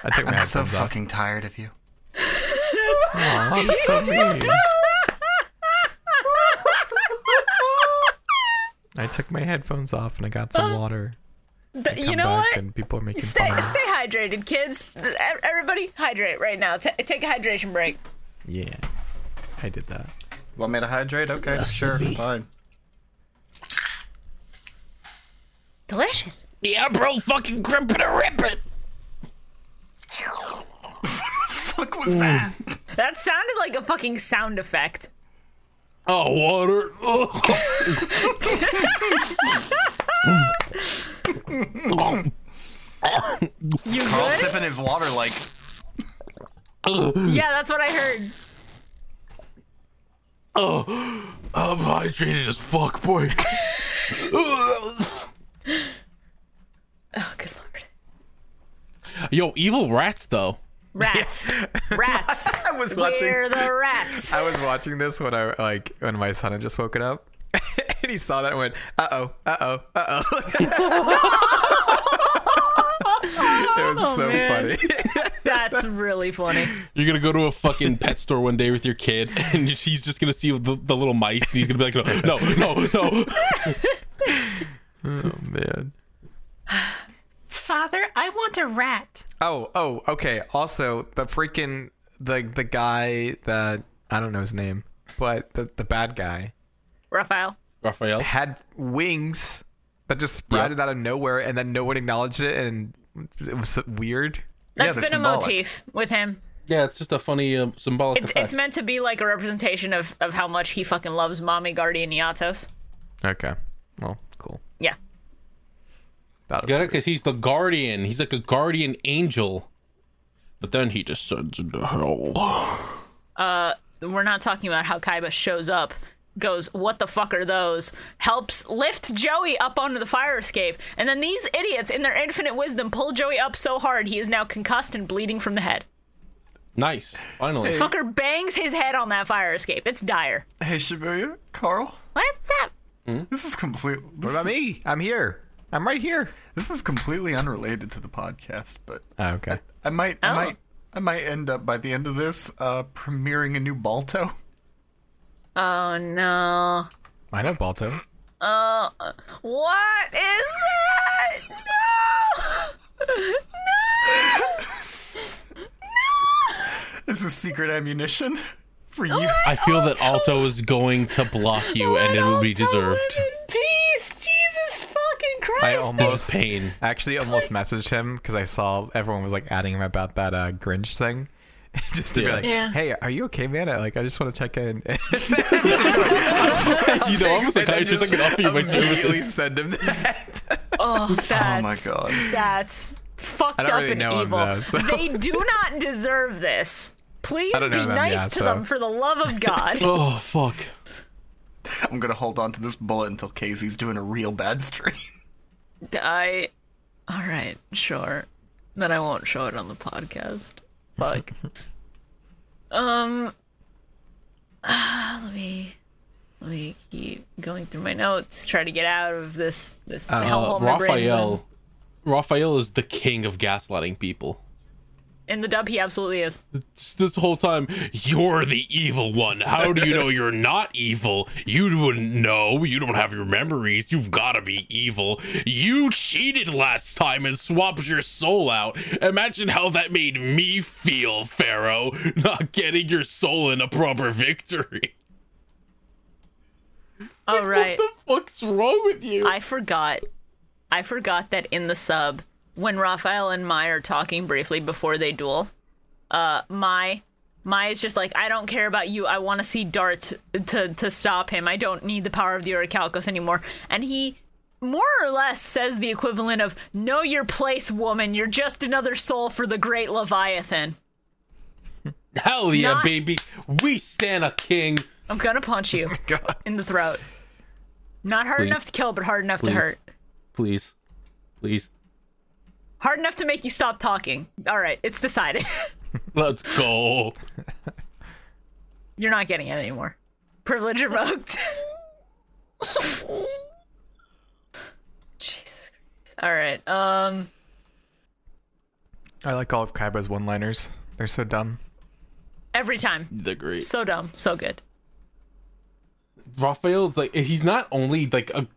I took my I'm so headphones off. fucking tired of you. Aw, that's so mean. I took my headphones off and I got [gasps] some water. But Come you know back what? And people are making Stay, fun of me. stay hydrated, kids. E- Everybody, hydrate right now. Ta take a hydration break. Yeah, I did that. Want me to hydrate? Okay, sure, fine. Delicious. Yeah, bro, fucking grip it or rip it. Fuck was that? That sounded like a fucking sound effect. Oh, water. [laughs] Oh. You Carl good? sipping his water like Yeah, that's what I heard. Oh, I'm hydrated as fuck, boy. [laughs] Oh, good lord. Yo, evil rats though. Rats. Rats. I was We're the rats. I was watching this when I like when my son had just woken up, [laughs] and he saw that and went, "Uh oh, uh oh, [laughs] uh oh." It was so Oh, man. funny. That's really funny. You're gonna go to a [laughs] fucking pet store one day with your kid, and he's just gonna see the, the little mice, and he's gonna be like, no, no, no, [laughs] no. Oh man. Father, I want a rat. Oh, oh, okay. Also, the freaking the the guy that I don't know his name, but the the bad guy Raphael. Raphael. had wings that just sprouted out of nowhere, and then no one acknowledged it, and it was weird. That's they're been a symbolic. motif with him. Yeah, it's just a funny um, symbolic It's, effect. it's meant to be like a representation of, of how much he fucking loves mommy, guardian, Yatos. Okay. Well, cool. Yeah. That was Get it? Because he's the guardian. He's like a guardian angel. But then he descends into hell. [sighs] we're not talking about how Kaiba shows up, goes, What the fuck are those? helps lift Joey up onto the fire escape, and then these idiots, in their infinite wisdom, pull Joey up so hard he is now concussed and bleeding from the head. Nice. Finally. Fucker bangs his head on that fire escape. It's dire. Hey Shibuya, Carl, What's up? this is complete What this, about me? I'm here. I'm right here. this is completely unrelated to the podcast, but [laughs] Okay. I might Oh. I might I might end up by the end of this uh premiering a new Balto. [laughs] Oh no. Uh, I know Balto. What is that? No! [laughs] This is secret ammunition for you. I feel that Alto is going to block you, and it will be deserved. Peace, Jesus fucking Christ! I This almost is [laughs] pain. actually almost messaged him because I saw everyone was like adding him about that uh, Grinch thing. [laughs] just to Yeah. be like, Yeah. hey, are you okay, man? I, like, I just want to check in. [laughs] you know, I'm a psychiatrist. I can offer you my Immediately services. [laughs] send him that. Oh, Oh my that's god. That's fucked don't up really and know him, evil. though, so- They [laughs] do not deserve this. Please don't be know them, nice yeah, to so- them for the love of God. Oh, fuck. I'm gonna hold on to this bullet until Casey's doing a real bad stream. [laughs] I. All right, sure. Then I won't show it on the podcast. [laughs] Fuck. um. [sighs] let me. Let me keep going through my notes. Try to get out of this this Uh, hellhole my brain's Raphael. Raphael is the king of gaslighting people. in. In the dub, he absolutely is. It's this whole time, you're the evil one. How do you know you're not evil? You wouldn't know. You don't have your memories. You've got to be evil. You cheated last time and swapped your soul out. Imagine how that made me feel, Pharaoh, not getting your soul in a proper victory. [laughs] All right. [laughs] What the fuck's wrong with you? I forgot. I forgot that in the sub, when Raphael and Mai are talking briefly before they duel, uh, Mai, Mai is just like, I don't care about you. I want to see darts to to stop him. I don't need the power of the Orichalcos anymore. And he more or less says the equivalent of, "Know your place, woman. You're just another soul for the great Leviathan. Hell yeah, Not- baby. We stand a king. I'm gonna punch you in the throat. Not hard Please. enough to kill, but hard enough Please. to hurt. Please. Please. Hard enough to make you stop talking. All right, it's decided." Let's go. You're not getting it anymore. Privilege revoked. [laughs] Jesus Christ. All right. Um. I like all of Kaiba's one-liners. They're so dumb. Every time. The great. So dumb. So good. Raphael's like he's not only like a,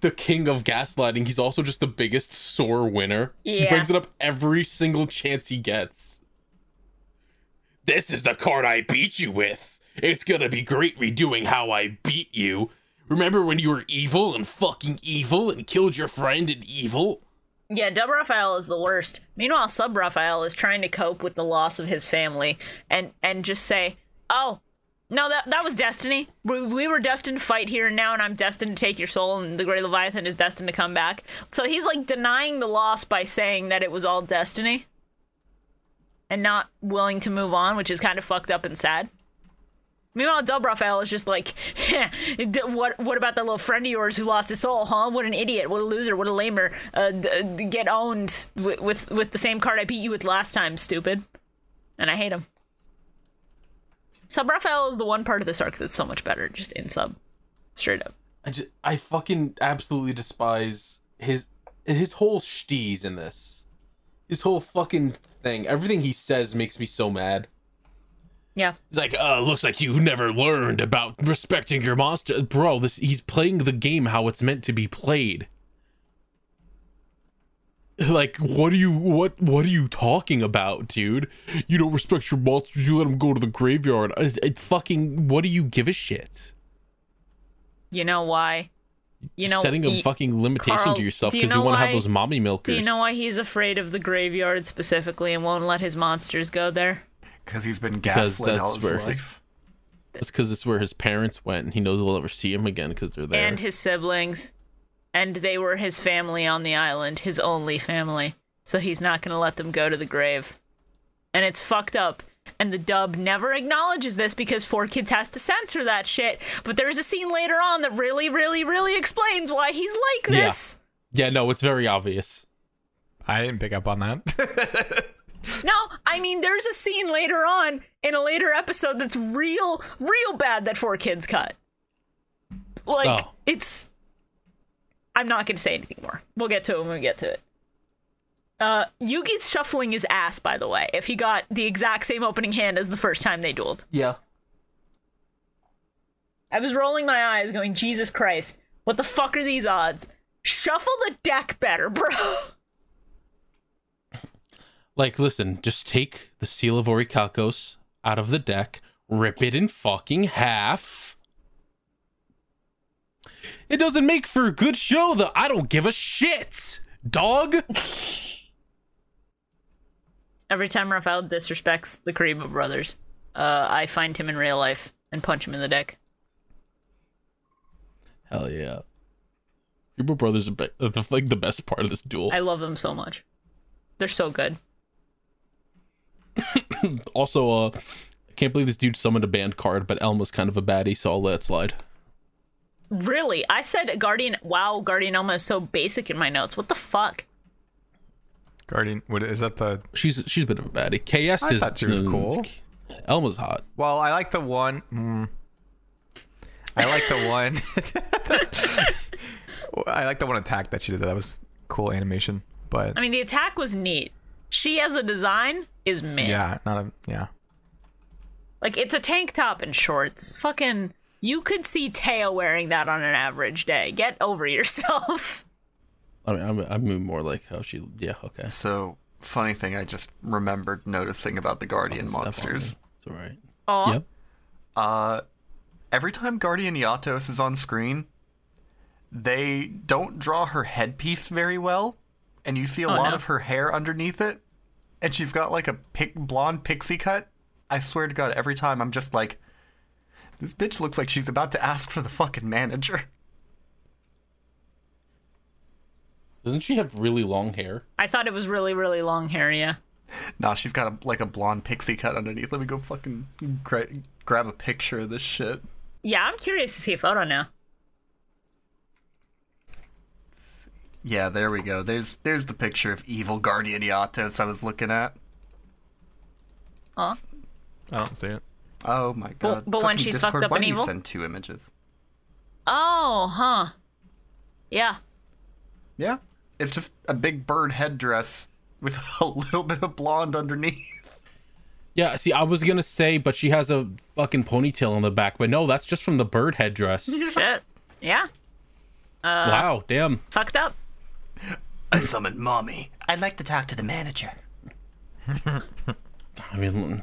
the king of gaslighting, he's also just the biggest sore winner. He Yeah. brings it up every single chance he gets. This is the card I beat you with. It's gonna be great redoing how I beat you. Remember when you were evil and fucking evil and killed your friend and evil? Yeah, Dub Raphael is the worst. Meanwhile, Sub Raphael is trying to cope with the loss of his family and and just say, "Oh, no, that that was destiny. We, we were destined to fight here and now, and I'm destined to take your soul, and the Great Leviathan is destined to come back." So he's like denying the loss by saying that it was all destiny, and not willing to move on, which is kind of fucked up and sad. Meanwhile, Dub Raphael is just like, [laughs] "D- what? What about that little friend of yours who lost his soul? Huh? What an idiot! What a loser! What a lamer! Uh, d- d- get owned with, with with the same card I beat you with last time, stupid!" And I hate him. Sub Raphael is the one part of this arc that's so much better, just in sub, straight up. I just, I fucking absolutely despise his his whole shties in this. His whole fucking thing. Everything he says makes me so mad. Yeah, It's like, uh, looks like you've never learned about respecting your monster. Bro, this he's playing the game how it's meant to be played. Like, what are you what what are you talking about, dude? You don't respect your monsters, you let them go to the graveyard. It's, it fucking what do you give a shit? you know why? You know, setting a y- fucking limitation Carl, to yourself do because you you, know want to why- have those mommy milkers. Do you know why he's afraid of the graveyard specifically and won't let his monsters go there? Because he's been Because gaslit all that's his where his- life. It's because it's where his parents went, and he knows he'll never see him again because they're there. and his siblings, and they were his family on the island, his only family. So he's not going to let them go to the grave. And it's fucked up. And the dub never acknowledges this because Four Kids has to censor that shit. But there's a scene later on that really, really, really explains why he's like Yeah. this. yeah, no, it's very obvious. I didn't pick up on that. [laughs] No, I mean, there's a scene later on in a later episode that's real, real bad that Four Kids cut. Like, Oh. it's. I'm not going to say anything more. We'll get to it when we get to it. Uh, Yugi's shuffling his ass, by the way, if he got the exact same opening hand as the first time they dueled. Yeah. I was rolling my eyes, going, Jesus Christ, what the fuck are these odds? Shuffle the deck better, bro. [laughs] Like, listen, just take the seal of Orichalcos out of the deck, rip it in fucking half. It doesn't make for a good show, though. I don't give a shit, dog. Every time Raphael disrespects the Kariba brothers, uh, I find him in real life and punch him in the deck. [laughs] Hell yeah. Uber Brothers are be- uh, the, like the best part of this duel. I love them so much. They're so good. also, uh, I can't believe this dude summoned a banned card, but Elma's kind of a baddie, so I'll let it slide. Really? I said Guardian. Wow, Guardian Elma is so basic in my notes. What the fuck? Guardian, what is that the? She's she's a bit of a baddie. KS I is mm, thought she was cool. Elma's hot. Well, I like the one. Mm, I like the one. [laughs] I like the one attack that she did. That was cool animation, but I mean, the attack was neat. She as a design is mid. yeah, not a yeah. Like it's a tank top and shorts. Fucking, you could see Teo wearing that on an average day. Get over [laughs] yourself. I mean, I'm, I mean more like how she. Yeah, okay. So, funny thing I just remembered noticing about the Guardian Step on monsters. me. It's all right. Oh, Yep. Every time Guardian Yatos is on screen, they don't draw her headpiece very well. and you see a Oh, lot no. of her hair underneath it, and she's got like a pic- blonde pixie cut. I swear to God, every time I'm just like, this bitch looks like she's about to ask for the fucking manager. [laughs] Doesn't she have really long hair? I thought it was really, really long hair, yeah. Nah, she's got a, like a blonde pixie cut underneath. Let me go fucking gra- grab a picture of this shit. Yeah, I'm curious to see a photo now. Yeah, there we go. There's there's the picture of evil guardian Iatos I was looking at. Huh? I don't see it. Oh my god. but when Fucking she's fucked Discord, up why and do you evil? send two images? Oh, huh. Yeah. Yeah. It's just a big bird headdress with [laughs] a little bit of blonde underneath. Yeah, see, I was gonna say, but she has a fucking ponytail on the back, but no, that's just from the bird headdress. Shit. Yeah. wow, damn. Fucked up. I summoned mommy. I'd like to talk to the manager. I mean,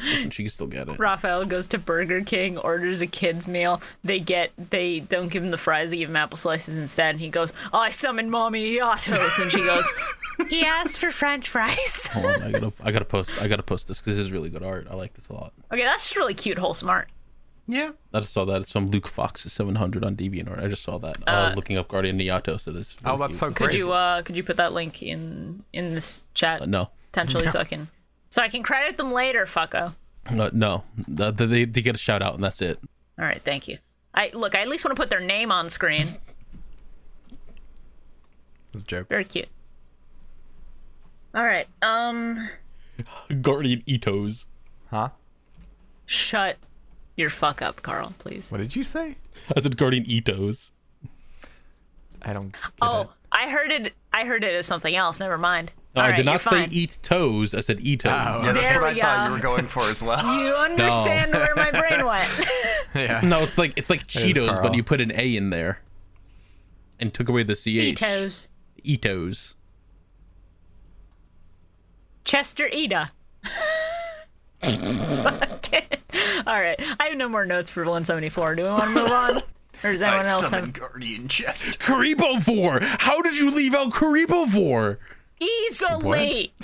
listen, she can still get it. Raphael goes to Burger King, orders a kid's meal. They get, they don't give him the fries, they give him apple slices instead. And he goes, I summoned Mommy Iatos. And she goes, [laughs] He asked for French fries. Hold on, I gotta, I gotta post, I gotta post this because this is really good art. I like this a lot. Okay, that's just really cute, wholesome art. Yeah. I just saw that. It's from Luke Fox's 700 on DeviantArt. I just saw that. Uh, looking up Guardian Niatos. It is. Oh, really that's so cute. great. Could you uh could you put that link in in this chat Uh, no, potentially so I can so I can credit them later, fucko. Uh, no. Uh, they, they get a shout out and that's it. All right, thank you. I look, I at least want to put their name on screen. It's a joke. Very cute. All right. Um Guardian Itos. Huh? shut your fuck up, Carl, please. What did you say? I said Guardian Itos. I don't. Get it. Oh, I heard it I heard it as something else. Never mind. No, All I right, did you're not say e- fine. eat toes. I said Itos. Yeah, that's There what I we thought go. you were going for as [laughs] well. You understand where my brain went. [laughs] No, it's like it's like is Cheetos, Carl. but you put an A in there, and took away the ch. Itos. Itos. Chester Ida. [laughs] Fucking- All right, I have no more notes for 174. Do we want to move on, or does I anyone else summoned have? [laughs] guardian chest. Karibovore. How did you leave out Karibovore? Easily,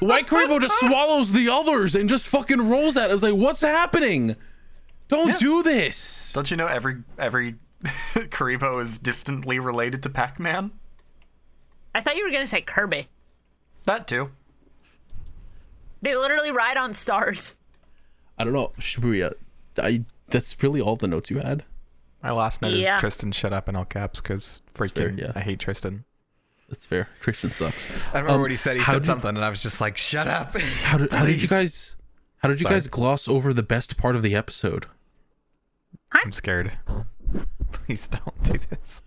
Why Karibo [laughs] just swallows the others and just fucking rolls at? It. I was like, what's happening? Don't do this. Don't you know every every [laughs] Karibo is distantly related to Pac-Man? I thought you were gonna say Kirby. That too. They literally ride on stars. I don't know, Shibuya. I. That's really all the notes you had. My last note Yeah. is Tristan shut up in all caps because fair, freaking yeah. I hate Tristan. That's fair. Christian sucks. I remember Um, what he said. He how said did- something, and I was just like, "Shut [laughs] up!" How did, how did you guys? How did you Sorry. guys gloss over the best part of the episode? I'm scared. Please don't do this.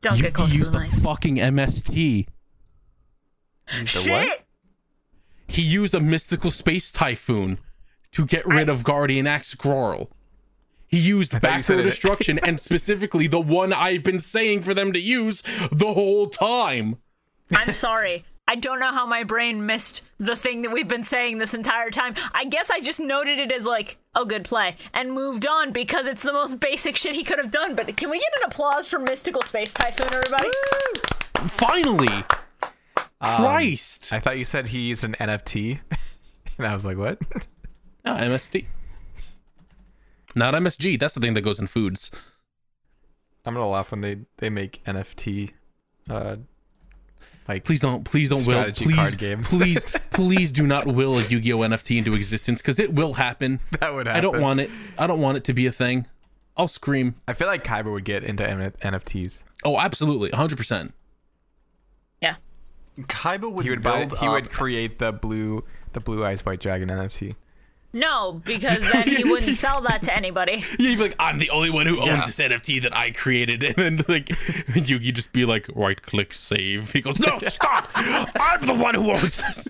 Don't you get close to used the the mic. fucking MST. Shit! he used a mystical space typhoon to get rid of Guardian Axe Grarl. He used thought you said backrow it- destruction and specifically the one I've been saying for them to use the whole time. I'm sorry. I don't know how my brain missed the thing that we've been saying this entire time. I guess I just noted it as like, oh, good play, and moved on because it's the most basic shit he could have done. But can we get an applause for Mystical Space Typhoon, everybody? Finally, Christ! Um, I thought you said he used an NFT, [laughs] and I was like, "What?" [laughs] No, MST, not MSG. That's the thing that goes in foods. I'm gonna laugh when they they make NFT. Uh, like Please don't, please don't will, Strategy please, card games. please, [laughs] please do not will a Yu-Gi-Oh NFT into existence because it will happen. that would. I Happen. don't want it. I don't want it to be a thing. I'll scream. I feel like Kaiba would get into N- NFTs. Oh, absolutely, hundred percent. Yeah. Kaiba would, He would buy. build He would up- create the blue the blue eyes white dragon NFT. No, because then he wouldn't sell that to anybody. Yeah, you'd be like, I'm the only one who owns this NFT that I created, [laughs] and then like Yugi just be like, right click save. He goes, [laughs] No, stop! I'm the one who owns this.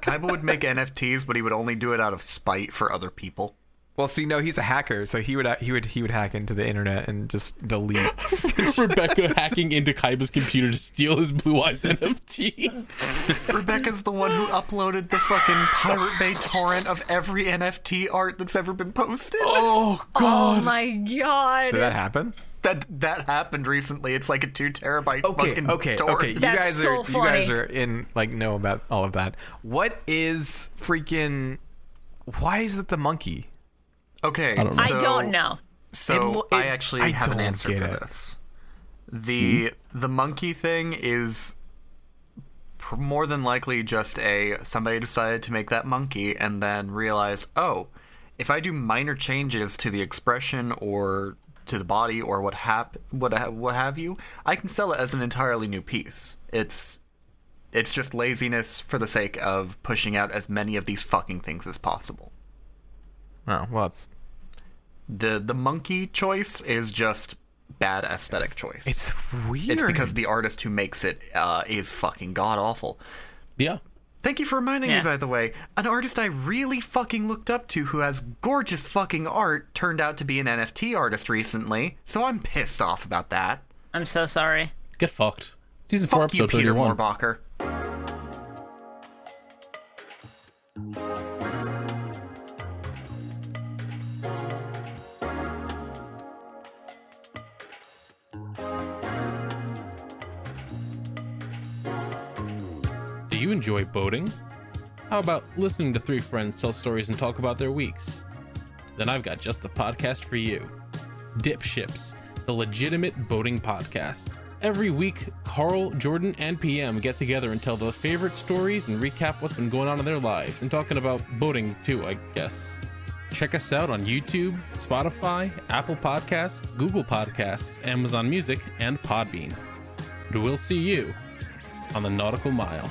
Kaiba would make [laughs] NFTs, but he would only do it out of spite for other people. Well, see, no, he's a hacker, so he would he would he would hack into the internet and just delete. Rebecca hacking into Kaiba's computer to steal his Blue Eyes NFT. Rebecca's the one who uploaded the fucking Pirate Bay torrent of every NFT art that's ever been posted. Oh Oh God! my god. Did that happen? that that happened recently. It's like a two terabyte Okay, fucking okay, torrent. okay. You That's guys so are you guys funny. are in like know about all of that. What is freaking? Why is it the monkey? Okay, don't know. I so, don't know. So It lo- I it- actually I have an don't answer get for it. Hmm? this. The the monkey thing is pr- more than likely just a somebody decided to make that monkey and then realized, oh, if I do minor changes to the expression or to the body or what hap what ha- what have you, I can sell it as an entirely new piece. It's it's just laziness for the sake of pushing out as many of these fucking things as possible Oh well, it's the the monkey choice is just bad aesthetic choice. it's weird. It's because the artist who makes it uh, is fucking god awful. [laughs] Yeah. Thank you for reminding Yeah. me, by the way. An artist I really fucking looked up to who has gorgeous fucking art turned out to be an NFT artist recently, so I'm pissed off about that. I'm so sorry. Get fucked. Season four, Fuck you, episode Peter thirty-one. Moorbacher. Do you enjoy boating? How about listening to three friends tell stories and talk about their weeks? Then I've got just the podcast for you Dip Ships, the legitimate boating podcast. Every week, Carl, Jordan, and PM get together and tell their favorite stories and recap what's been going on in their lives and talking about boating too, I guess. Check us out on YouTube, Spotify, Apple Podcasts, Google Podcasts, Amazon Music, and Podbean. And we'll see you on the nautical mile.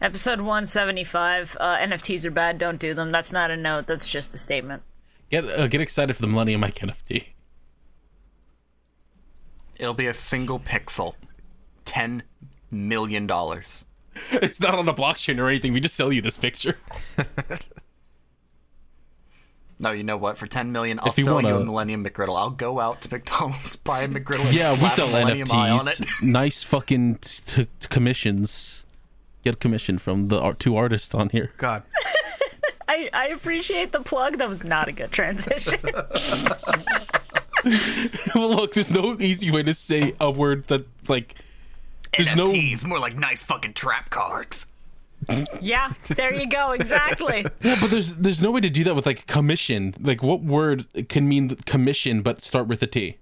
Episode 175. Uh, NFTs are bad. Don't do them. That's not a note. That's just a statement. Get uh, get excited for the Millennium Mike NFT. It'll be a single pixel. Ten million dollars. [laughs] It's not on a blockchain or anything. We just sell you this picture. No, you know what? For ten million, I'll If you sell you a wanna- Millennium McGriddle. I'll go out to McDonald's, buy a McGriddle, and yeah, we slap sell Millennium Eye on it. NFTs. nice fucking t- t- t- commissions. Get a commission from the art- two artists on here. God. I, I appreciate the plug. That was not a good transition. [laughs] well, look, there's no easy way to say a word that like. There's no NFTs, more like nice fucking trap cards. yeah, there you go. [laughs] Exactly. yeah, but there's there's no way to do that with like commission. Like, what word can mean th- commission but start with a T?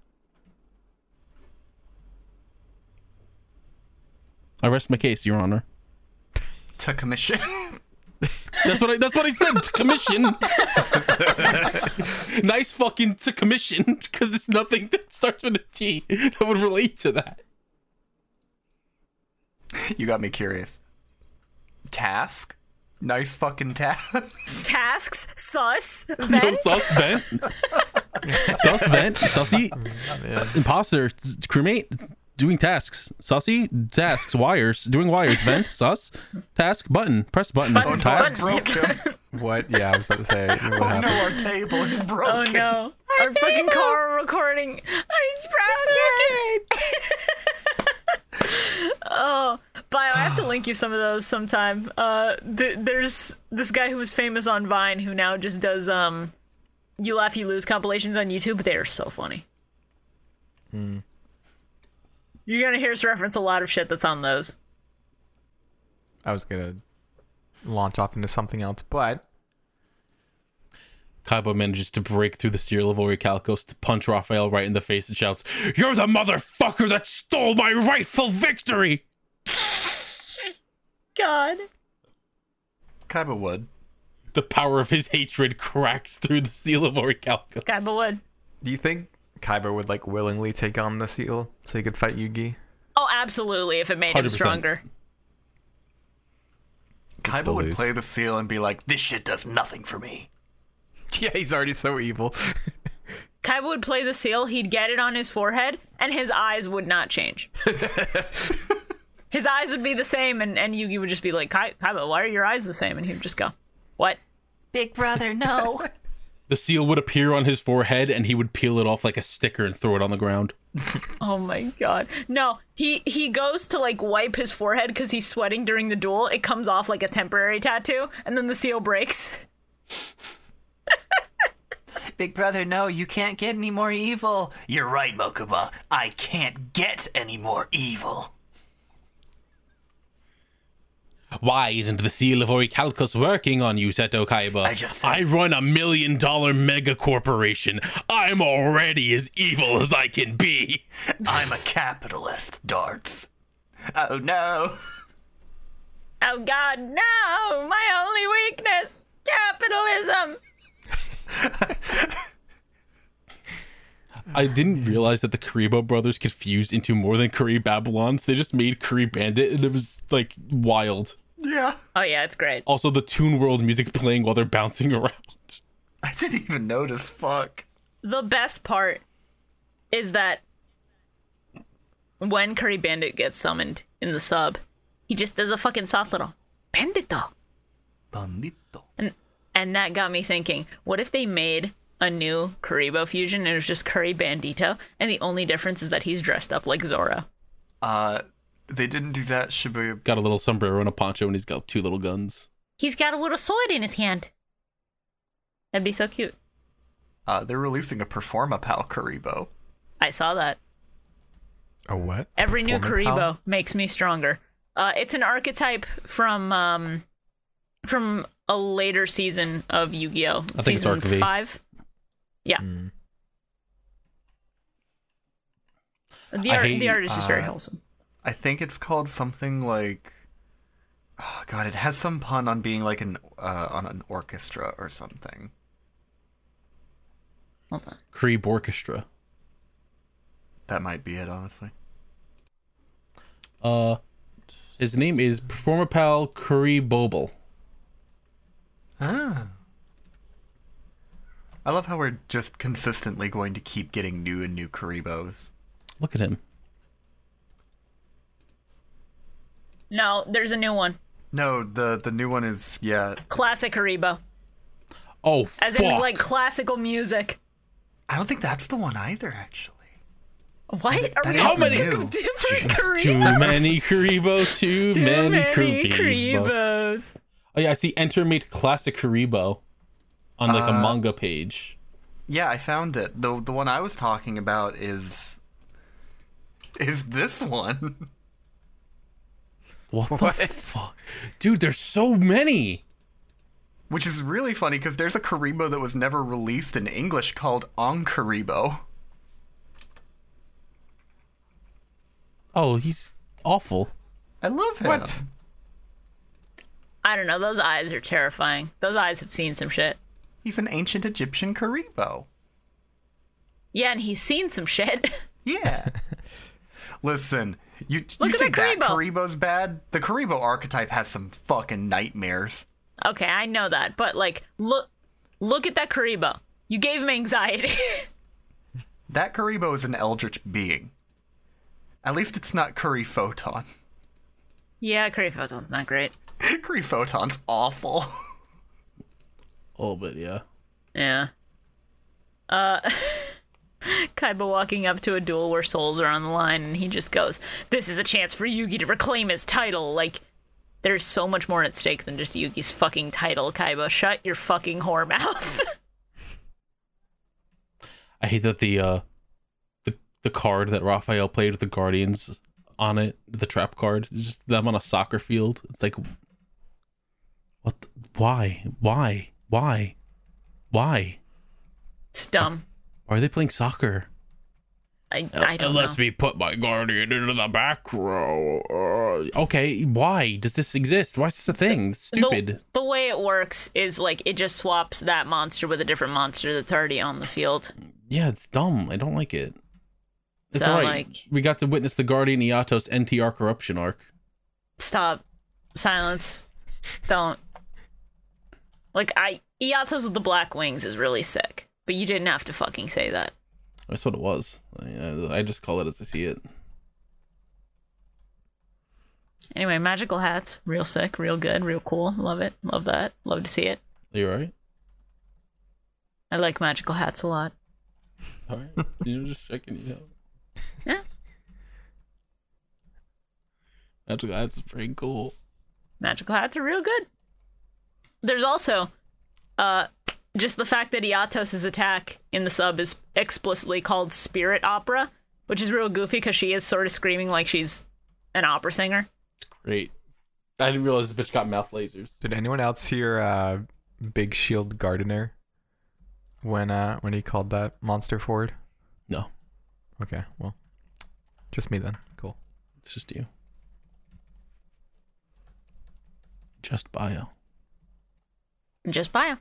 I rest my case, Your Honor. To commission. That's what I. That's what I said. To commission. nice fucking to commission because there's nothing that starts with a T that would relate to that. [laughs] you got me curious. Task. Nice fucking [laughs] task. Tasks, sus, No vent. suspect. Suspect. Sussy. Imposter. Crewmate. Doing tasks. Sussy. Tasks. Wires. Doing wires. Vent. Sus. Task. Button. Press button. Button, [laughs] Task. button. broken. What? Yeah, I was about to [laughs] say. What oh no, happened? our table. It's Oh broken. no. Our fucking car recording. Ice Proud [laughs] Oh, bio, I have to link you some of those sometime. Uh, th- there's this guy who was famous on Vine who now just does um, You Laugh, You Lose compilations on YouTube. They are so funny. Hmm. You're gonna hear us reference a lot of shit that's on those. I was gonna launch off into something else, but Kaiba manages to break through the seal of Orichalcos to punch Raphael right in the face and shouts, You're the motherfucker that stole my rightful victory! God. Kaiba would. The power of his hatred cracks through the seal of Orichalcos. God, but what? do you think Kaiba would like willingly take on the seal so he could fight Yugi? [laughs] Oh, absolutely, if it made him 100%. stronger. Kaiba still would lose. play the seal and be like, "This shit does nothing for me." Yeah, he's already so evil. Kaiba would play the seal, he'd get it on his forehead, and his eyes would not change. his eyes would be the same, and, and Yugi would just be like, "Kai- Kaiba, why are your eyes the same? And he'd just go, What? [laughs] Big brother, no. The seal would appear on his forehead, and he would peel it off like a sticker and throw it on the ground. Oh my god. No, he he goes to like wipe his forehead because he's sweating during the duel. It comes off like a temporary tattoo, and then the seal breaks. Big brother, no, you can't get any more evil. You're right, Mokuba. I can't get any more evil. Why isn't the seal of Orichalcus working on you, Seto Kaiba? I just said- I run a million dollar mega corporation. I'm already as evil as I can be. I'm a capitalist, darts. Oh no. Oh god, no! My only weakness, capitalism. I didn't realize that the Karibo brothers could fuse into more than Kari Babylons. They just made Kari Bandit, and it was like wild. Yeah. Oh yeah, it's great. Also, the Toon World music playing while they're bouncing around. [laughs] I didn't even notice. Fuck. The best part is that when Curry Bandit gets summoned in the sub, he just does a fucking soft little bandito. Bandito. And that got me thinking, what if they made a new Karibo fusion and it was just Curry Bandito and the only difference is that he's dressed up like Zoro? Uh, they didn't do that. Shibuya. Got a little sombrero and a poncho, and he's got two little guns. He's got a little sword in his hand. That'd be so cute. Uh, they're releasing a Performa Pal Karibo. I saw that. A what? A Every new performer Karibo pal? makes me stronger. Uh, it's an archetype from um, from a later season of Yu-Gi-Oh. I think it's season Arc V. Hmm. five. Yeah. The I art, hate- uh, the art is just very wholesome. I think it's called something like. Oh, God, it has some pun on being like an uh, on an orchestra or something. Hold on. Karib Orchestra. That might be it, honestly. Uh, his name is Performer Pal Curry Bobel. Ah. I love how we're just consistently going to keep getting new and new Karibos. Look at him. No, there's a new one. No, the the new one is yeah. Classic Karibo, Oh, as fuck. in like classical music. I don't think that's the one either, actually. What are that we? is How many new. different Too Karibos? many Karibo, too, Too many, many Karibo. Karibos. Oh yeah, I see Entermate Classic Karibo on like a manga page. Yeah, I found it. the The one I was talking about is is this one. [laughs] What, the fuck? Dude, there's so many. Which is really funny because there's a Karibo that was never released in English called On Karibo. Oh, he's awful. I love him. What? I don't know. Those eyes are terrifying. Those eyes have seen some shit. He's an ancient Egyptian Karibo. Yeah, and he's seen some shit. [laughs] Yeah. [laughs] Listen, you, Look you at think that that Karibo. Karibo's bad? The Karibo archetype has some fucking nightmares. okay, I know that, but like, look, look at that Karibo. You gave him anxiety. [laughs] That Karibo is an eldritch being. At least it's not Curry Photon. [laughs] yeah, Karibo's not great. Curry Photon's awful. [laughs] Oh, but yeah. Yeah. Uh, [laughs] Kaiba walking up to a duel where souls are on the line, and he just goes, "This is a chance for Yugi to reclaim his title." Like, there's so much more at stake than just Yugi's fucking title. Kaiba, shut your fucking whore mouth. [laughs] I hate that the uh the the card that Raphael played with the Guardians on it, the trap card, it's just them on a soccer field. It's like what the- why? Why? Why? Why? it's dumb. Why are they playing soccer? I, I don't know. Unless we put my guardian into the back row. Uh, okay, why does this exist? Why is this a thing? It's The- stupid. The, way it works is like it just swaps that monster with a different monster that's already on the field. Yeah, it's dumb. I don't like it. It's So, all right. like- We got to witness the Guardian Iatos NTR corruption arc. Stop. Silence. Don't. Like I Iatos with the black wings is really sick, but you didn't have to fucking say that. That's what it was. I, I- I just call it as I see it. Anyway, magical hats, real sick, real good, real cool. Love it. Love that. Love to see it. Are you all right? I like magical hats a lot. All [laughs] right. you know, just checking you out. Yeah. That's that's pretty cool. magical hats are real good. There's also uh just the fact that Iatos' attack in the sub is explicitly called spirit opera, which is real goofy because she is sort of screaming like she's an opera singer. Great. I didn't realize the bitch got mouth lasers. Did anyone else hear uh, Big Shield Gardener when uh, when he called that monster forward? No, Okay, well, just me then. Cool. it's just you. Just bio. Just bio.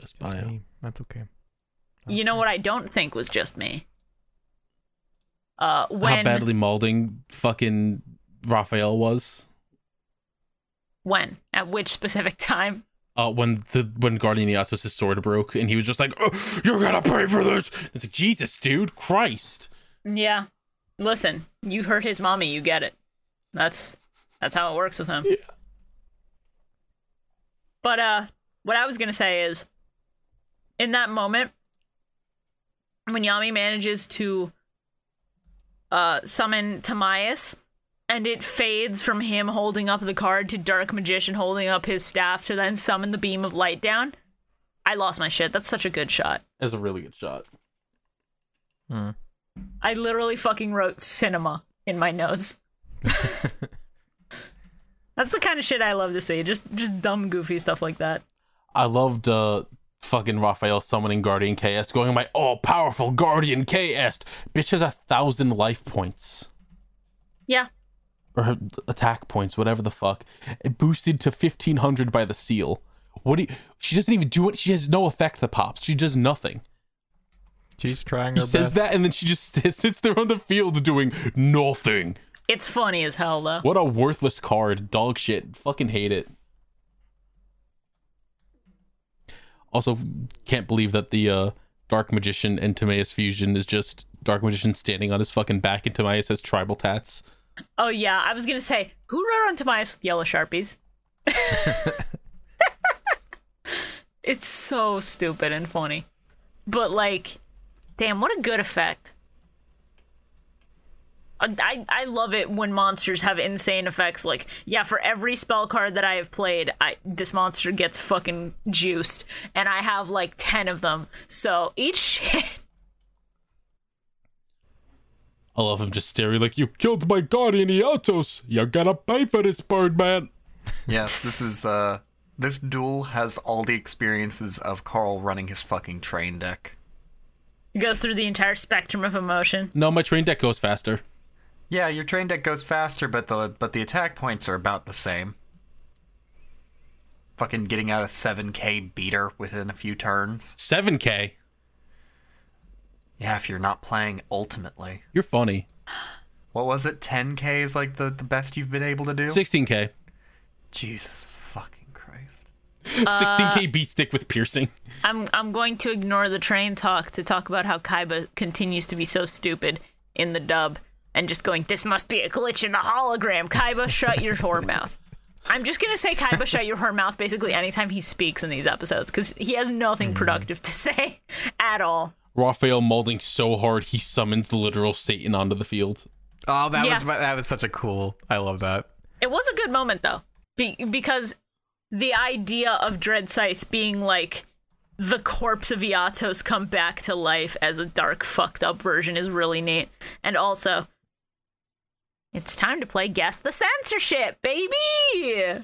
Just Just bio. me. That's okay. You know what I don't think was just me. Uh How when badly molding fucking Raphael was. when at which specific [laughs] time? Uh, when the when Guardian Iatos' sword broke and he was just like, oh, "You're gonna pay for this." It's like Jesus, dude, Christ. Yeah. Listen, you hurt his mommy, you get it. That's that's how it works with him. Yeah. But uh what I was gonna say is in that moment when Yami manages to uh summon Tamias and it fades from him holding up the card to Dark Magician holding up his staff to then summon the beam of light down. I lost my shit. That's such a good shot. That's a really good shot. I literally fucking wrote cinema in my notes. That's the kind of shit I love to see. Just just dumb goofy stuff like that. I loved uh fucking Raphael summoning Guardian KS, going my all powerful Guardian KS. Bitch has a thousand life points. Yeah. Or her attack points, whatever the fuck. It boosted to fifteen hundred by the seal. What do you, she doesn't even do it she has no effect the pops. She does nothing. She's trying He her says best. that and then she just [laughs] sits there on the field doing nothing. It's funny as hell though. What a worthless card. Dog shit. Fucking hate it. Also, can't believe that the uh, Dark Magician and Timaeus fusion is just Dark Magician standing on his fucking back and Timaeus has tribal tats. Oh yeah, I was gonna say, who wrote on Tobias with yellow sharpies? it's so stupid and funny. But like, damn, what a good effect. I, I I love it when monsters have insane effects. Like, yeah, for every spell card that I have played, I this monster gets fucking juiced, and I have like ten of them. So each [laughs] hit, I love him just staring like, You killed my guardian Iatos! You're gonna pay for this, Birdman! Yes, this is uh this duel has all the experiences of Carl running his fucking train deck. goes through the entire spectrum of emotion. No, my train deck goes faster. Yeah, your train deck goes faster, but the but the attack points are about the same. Fucking getting out a 7k beater within a few turns. 7k? Yeah, if you're not playing ultimately. You're funny. What was it? 10k is like the, the best you've been able to do? 16k. Jesus fucking Christ. 16k beat stick with piercing. I'm I'm going to ignore the train talk to talk about how Kaiba continues to be so stupid in the dub and just going, This must be a glitch in the hologram. Kaiba, shut your whore mouth. I'm just gonna say Kaiba shut your whore mouth basically anytime he speaks in these episodes, because he has nothing productive to [laughs] say at all. Raphael molding so hard he summons literal Satan onto the field. Oh, that Yeah. was that was such a cool. I love that. It was a good moment though, be- because the idea of Dread Scythe being like the corpse of Iatos come back to life as a dark, fucked up version is really neat. And also, it's time to play Guess the Censorship, baby!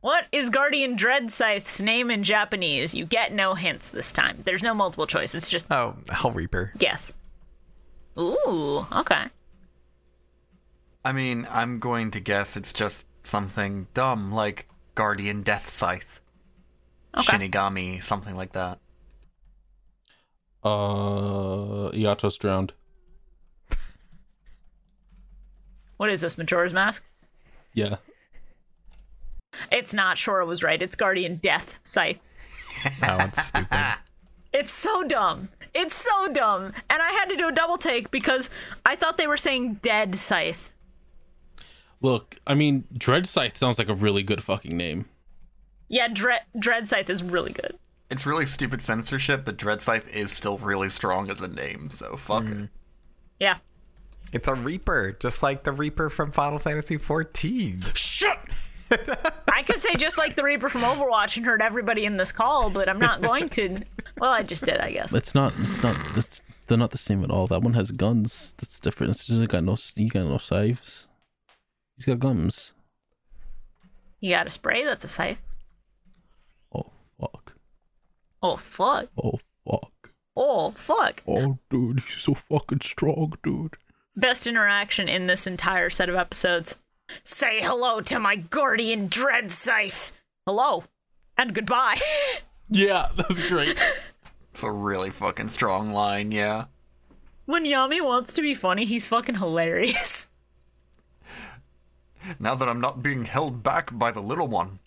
What is Guardian Dread Scythe's name in Japanese? You get no hints this time. There's no multiple choice, it's just Oh, Hell Reaper. guess. Ooh, okay. I mean, I'm going to guess it's just something dumb like Guardian Death Scythe. Okay. Shinigami, something like that. Uh, Iatos drowned. What is this, Majora's Mask? Yeah. It's not. Shora was right. It's Guardian Death Scythe. [laughs] That one's stupid. It's so dumb. It's so dumb. And I had to do a double take because I thought they were saying Dead Scythe. Look, I mean, Dread Scythe sounds like a really good fucking name. Yeah, Dread, Dread Scythe is really good. It's really stupid censorship, but Dreadscythe is still really strong as a name, so fuck Mm. it. Yeah. It's a Reaper, just like the Reaper from Final [laughs] Fantasy XIV. Shut! I could say just like the Reaper from Overwatch and hurt everybody in this call, but I'm not going to. Well, I just did, I guess. It's not. It's not. It's, they're not the same at all. That one has guns. That's different. It's just got no. He got no scythes. He's got gums. You got a spray that's a scythe. Oh fuck. Oh, fuck. Oh fuck. Oh, fuck. Oh dude, he's so fucking strong, dude. Best interaction in this entire set of episodes. Say hello to my Guardian Dread Scythe. Hello. And goodbye. [laughs] Yeah, that was great. It's a really fucking strong line, yeah. when Yami wants to be funny, he's fucking hilarious. Now that I'm not being held back by the little one.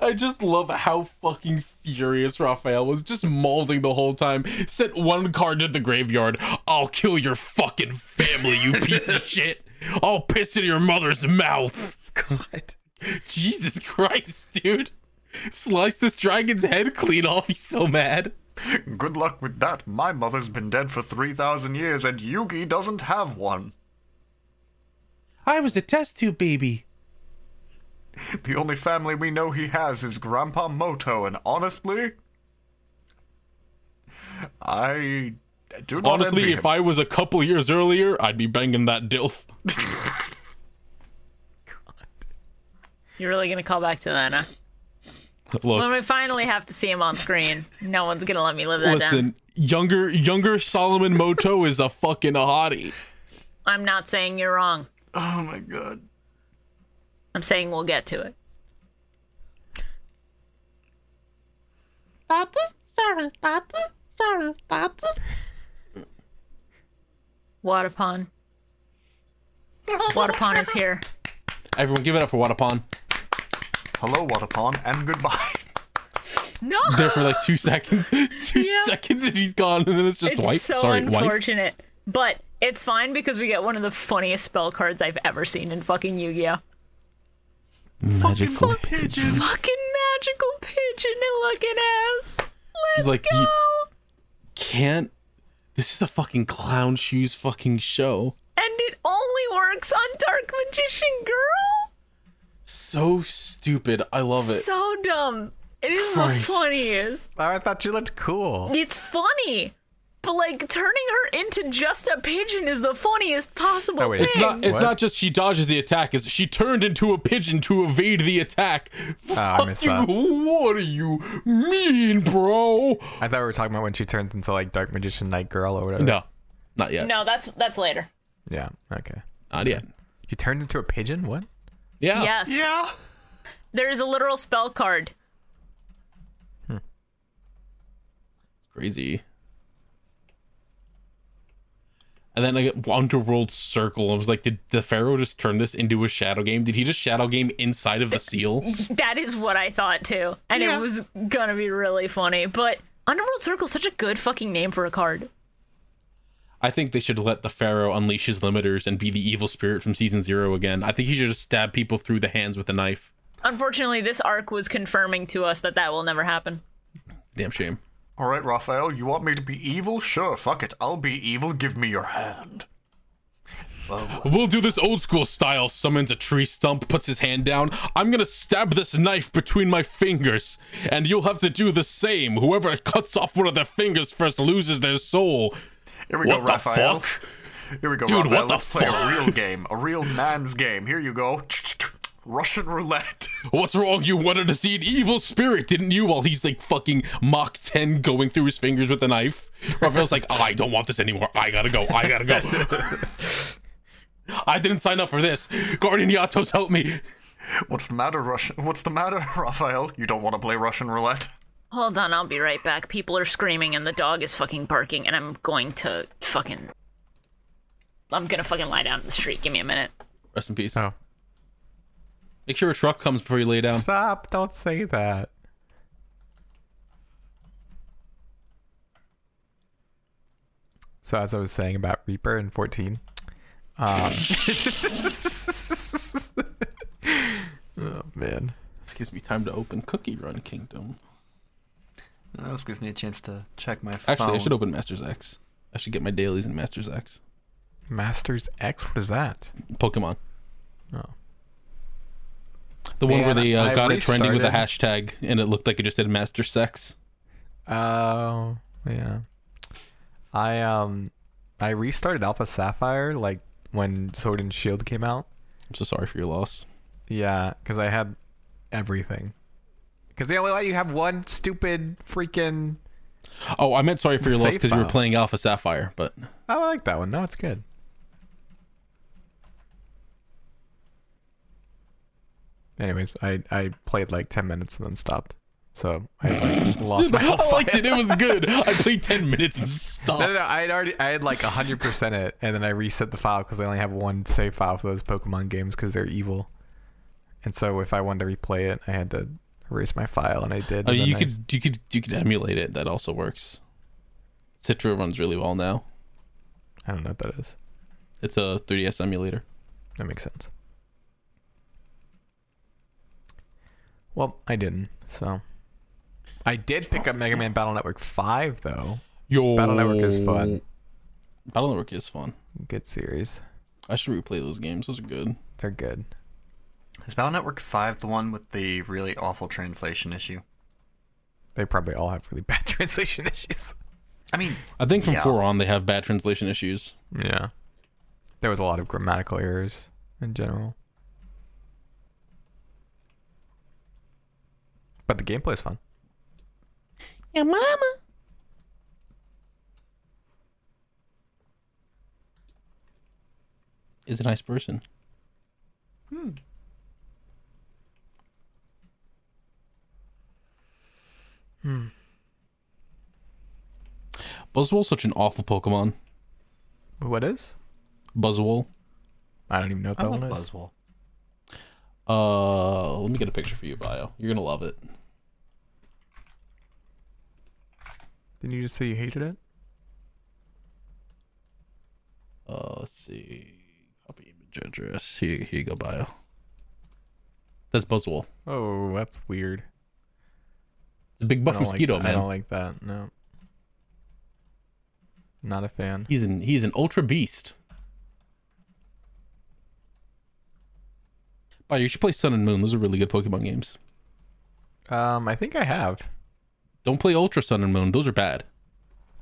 I just love how fucking furious Raphael was just molding the whole time. Sent one card to the graveyard. I'll kill your fucking family, you piece [laughs] of shit. I'll piss in your mother's mouth. God. Jesus Christ, dude. Slice this dragon's head clean off. He's so mad. Good luck with that. My mother's been dead for 3,000 years, and Yugi doesn't have one. I was a test tube baby. The only family we know he has is Grandpa Moto, and honestly, I do not Honestly, envy if him. I was a couple years earlier, I'd be banging that dilf. [laughs] [laughs] You're really gonna call back to that, huh? When Look, we finally have to see him on screen, no one's gonna let me live that down. listen, younger younger Solomon Moto is a fucking hottie. I'm not saying you're wrong. Oh my god. I'm saying we'll get to it. Papa? Sorry, Papa? Sorry, Papa? Water Pond. Water Pond is here. Everyone, give it up for Watapon. Hello, Watapon, and goodbye. [laughs] No, There for like [gasps] two seconds, [laughs] two Yeah. seconds, and he's gone, and then it's just it's wife. so Sorry, wife. unfortunate, but it's fine because we get one of the funniest spell cards I've ever seen in fucking Yu-Gi-Oh. Magical pigeon. Fucking magical pigeon looking ass. Let's He's like, go. you can't. This is a fucking clown shoes fucking show. And it only works on Dark Magician Girl. So stupid. I love it. So dumb. It is Christ. the funniest. Oh, I thought you looked cool. It's funny. But like turning her into just a pigeon is the funniest possible Oh, wait, thing. it's It's not. It's What? not just she dodges the attack. It's she turned into a pigeon to evade the attack. Ah, I missed Fucking- What do you mean, bro? I thought we were talking about when she turns into like Dark Magician Night Girl or whatever. No, not yet. No, that's that's later. Yeah. Okay. Not yet. She turns into a pigeon. What? Oh, Yeah. Yes. Yeah. There is a literal spell card. Crazy. And then I get Underworld Circle. I was like, did the Pharaoh just turn this into a shadow game? Did he just shadow game inside of the seal? That is what I thought too. And it was gonna be really funny. But Underworld Circle is such a good fucking name for a card. I think they should let the Pharaoh unleash his limiters and be the evil spirit from season zero again. I think he should just stab people through the hands with a knife. Unfortunately, this arc was confirming to us that that will never happen. It's a damn shame. Alright, Raphael, you want me to be evil? Sure, fuck it. I'll be evil. Give me your hand. We'll do this old school style. Summons a tree stump, puts his hand down. I'm gonna stab this knife between my fingers, and you'll have to do the same. Whoever cuts off one of their fingers first loses their soul. Here we What go, the Raphael. fuck? Here we go, Dude, Raphael. what the Let's play fuck? a real game. A real man's game. Here you go. [laughs] Russian roulette. [laughs] What's wrong? You wanted to see an evil spirit, didn't you? While he's like fucking Mach 10 going through his fingers with a knife. Raphael's like, "Oh, I don't want this anymore. I gotta go. I gotta go. I didn't sign up for this. Guardian Yatos, help me. What's the matter, Russian? What's the matter, [laughs] Raphael? You don't want to play Russian roulette? Hold on, I'll be right back. People are screaming and the dog is fucking barking, and I'm going to fucking. I'm gonna fucking lie down in the street. Give me a minute. Rest in peace. Oh. Make sure a truck comes before you lay down. Stop! Don't say that. So as I was saying about Reaper in 14. Um, [laughs] oh man. oh, Gives me time to open Cookie Run Kingdom. Uh, This gives me a chance to check my phone. Actually, I should open Master's X. I should get my dailies in Master's X. Masters X? What is that? Pokemon. The one where Man, they uh, I've got it trending with a restarted. hashtag and it looked like it just said Master Sex. Oh, yeah. I um I restarted Alpha Sapphire like when Sword and Shield came out. I'm so sorry for your loss. Yeah, cuz I had everything. Cuz they only let you have one stupid freaking Oh, I meant sorry for your loss Save because you were file. playing Alpha Sapphire, [laughs] but oh, I like that one. No, it's good. Anyways, I I played like 10 minutes and then stopped. So I [laughs] like, lost my whole I file. liked it. It was good. I played ten minutes and No, stopped. no, no, I had already, I had like 100% it, and then I reset the file because I only have one save file for those Pokemon games because they're evil. And so if I wanted to replay it, I had to erase my file, and I did. Oh, and then you I- could you could you could emulate it. That also works. Citra runs really well now. I don't know what that is. It's a 3DS emulator. That makes sense. Well, I didn't. So I did pick up Mega Man Battle Network 5, though. Yo, Battle Network is fun. Battle Network is fun. Good series. I should replay those games. Those are good. They're good. Is Battle Network 5 the one with the really awful translation issue? They probably all have really [laughs] bad translation issues. I mean, I think from Yeah. four on they have bad translation issues. Yeah. There was a lot of grammatical errors in general. But the gameplay's fun. Yeah, mama. Is a nice person. Hmm. Buzzwole's such an awful Pokemon. What is? Buzzwole. I don't even know what I that love one is. Buzzwole. Uh, let me get a picture for you, Bio. You're gonna love it. Didn't you just say you hated it? Uh, let's see. Copy image address. Here, here you go, Bio. That's Buzzwole. Oh, that's weird. It's a big I buff don't like mosquito, that- man. I don't like that. No. Not a fan. He's an he's an ultra beast. Bio, you should play Sun and Moon. Those are really good Pokemon games. Um, I think I have. Don't play Ultra Sun and Moon. Those are bad.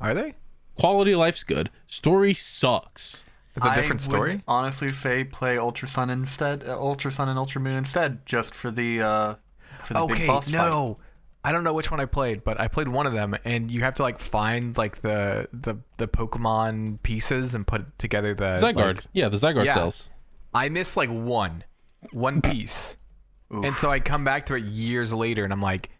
Are they? Quality of life's good. Story sucks. It's a I different story. Would honestly, say play Ultra Sun instead, uh, Ultra Sun and Ultra Moon instead, just for the uh, for the Okay, big boss fight. no. I don't know which one I played, but I played one of them, and you have to like find like the the the Pokemon pieces and put together Uh, the like, Zygarde. yeah, the Zygarde yeah. cells. I missed like one, one piece, and so I come back to it years later, and I'm like,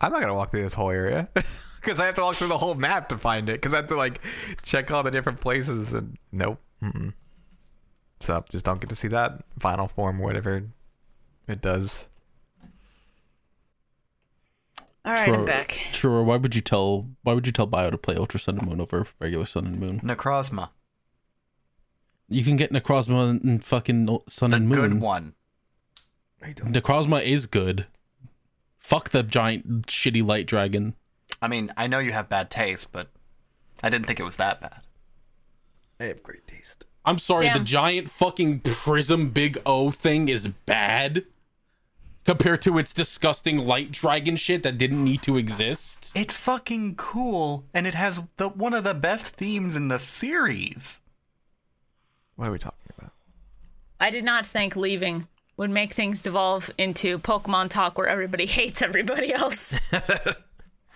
I'm not gonna walk through this whole area [laughs] because I have to walk through the whole map to find it because I have to like check all the different places, and nope. Mm-mm. So just don't get to see that final form, whatever it does. All right, I'm back. Sure. Why would you tell Why would you tell Bio to play Ultra Sun and Moon over regular Sun and Moon? Necrozma, You can get Necrozma and fucking Ul- Sun the and Moon. good one. Necrozma is good. Fuck the giant shitty light dragon. I mean, I know you have bad taste, but I didn't think it was that bad. I have great taste. I'm sorry, the Damn. giant fucking prism big O thing is bad compared to its disgusting light dragon shit that didn't need to exist. It's fucking cool, and it has the one of the best themes in the series. What are we talking about? I did not think leaving would make things devolve into Pokemon talk where everybody [laughs] hates everybody [laughs] else.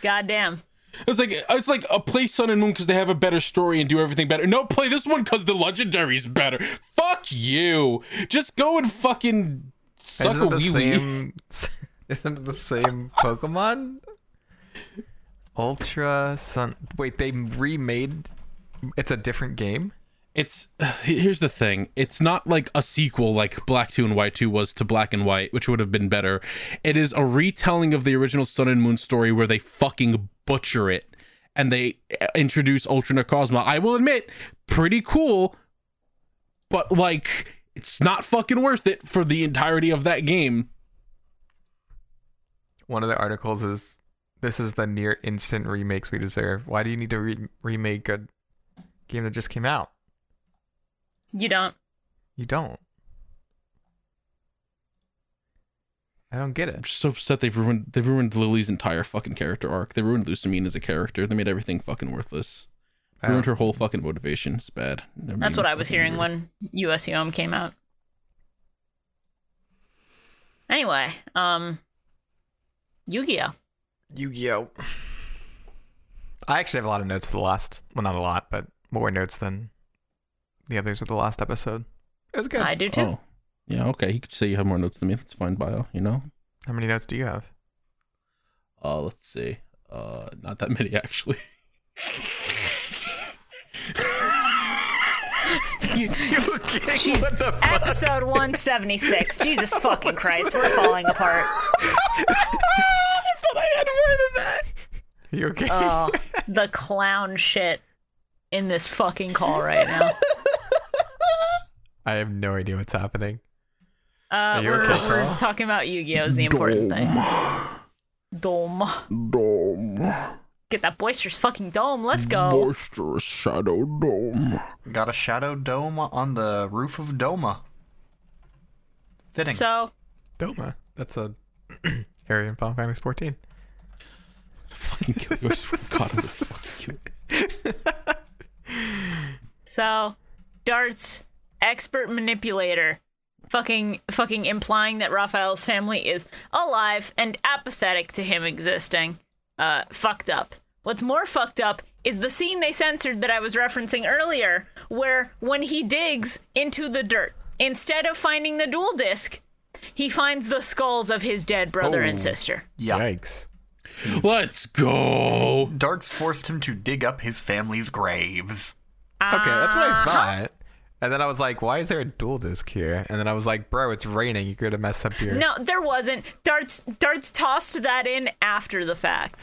Goddamn. It's like it's like a play Sun and Moon because they have a better story and do everything better. No, play this one because the legendary's better. Fuck you. Just go and fucking suck isn't a it the wee wee. [laughs] same? Isn't it the same Pokemon? Ultra Sun. Wait, they remade. It's a different game. It's [sighs] here's the thing. It's not like a sequel like Black 2 and White 2 was to Black and White, which would have been better. It is a retelling of the original Sun and Moon story where they fucking butcher it and they uh, introduce Ultra Necrozma. I will admit, pretty cool, but like it's not fucking worth it for the entirety of that game. One of the articles is This is the near instant remakes we deserve. Why do you need to re- remake a game that just came out? You don't. You don't. I don't get it. I'm just so upset they've ruined they've ruined Lily's entire fucking character arc. They ruined Lucamine as a character. They made everything fucking worthless. I Ruined don't- her whole fucking motivation. It's bad. Never That's mind. what I was hearing Fucking when USUM came out. Anyway, um, Yu-Gi-Oh. Yu-Gi-Oh. I actually have a lot of notes for the last. Well, not a lot, but more notes than the others of the last episode. It was good. I do too. Oh, yeah. Okay, you could say you have more notes than me. That's fine, bio. You know. How many notes do you have? Uh, let's see. Uh, not that [laughs] many actually. [laughs] Jeez, episode 176. Jesus fucking Christ, we're falling apart. You okay? Oh, the clown shit in this fucking call right now. [laughs] I have no idea what's happening. Uh, you we're, okay, we're Carl? talking about Yu-Gi-Oh is the important thing. Dome. Dome. Get that boisterous fucking dome. Let's go. Boisterous shadow [laughs] dome. Got a shadow dome on the roof of Doma. Fitting. So, Doma. That's a [clears throat] area in Final Fantasy 14. Fucking kill you. I [laughs] swear to God, I'm gonna fucking kill you. so, darts expert manipulator, fucking fucking implying that Raphael's family is alive and apathetic to him existing. Uh, fucked up. What's more fucked up is the scene they censored that I was referencing earlier, where when he digs into the dirt, instead of finding the dual disc, he finds the skulls of his dead brother and sister. Yeah. Yikes. Let's go. Darts forced him to dig up his family's graves. Okay, that's what Uh-huh. I thought. And then I was like, why is there a dual disc here? And then I was like, bro, it's raining. You're going to mess up your. No, there wasn't. Darts Darts tossed that in after the fact.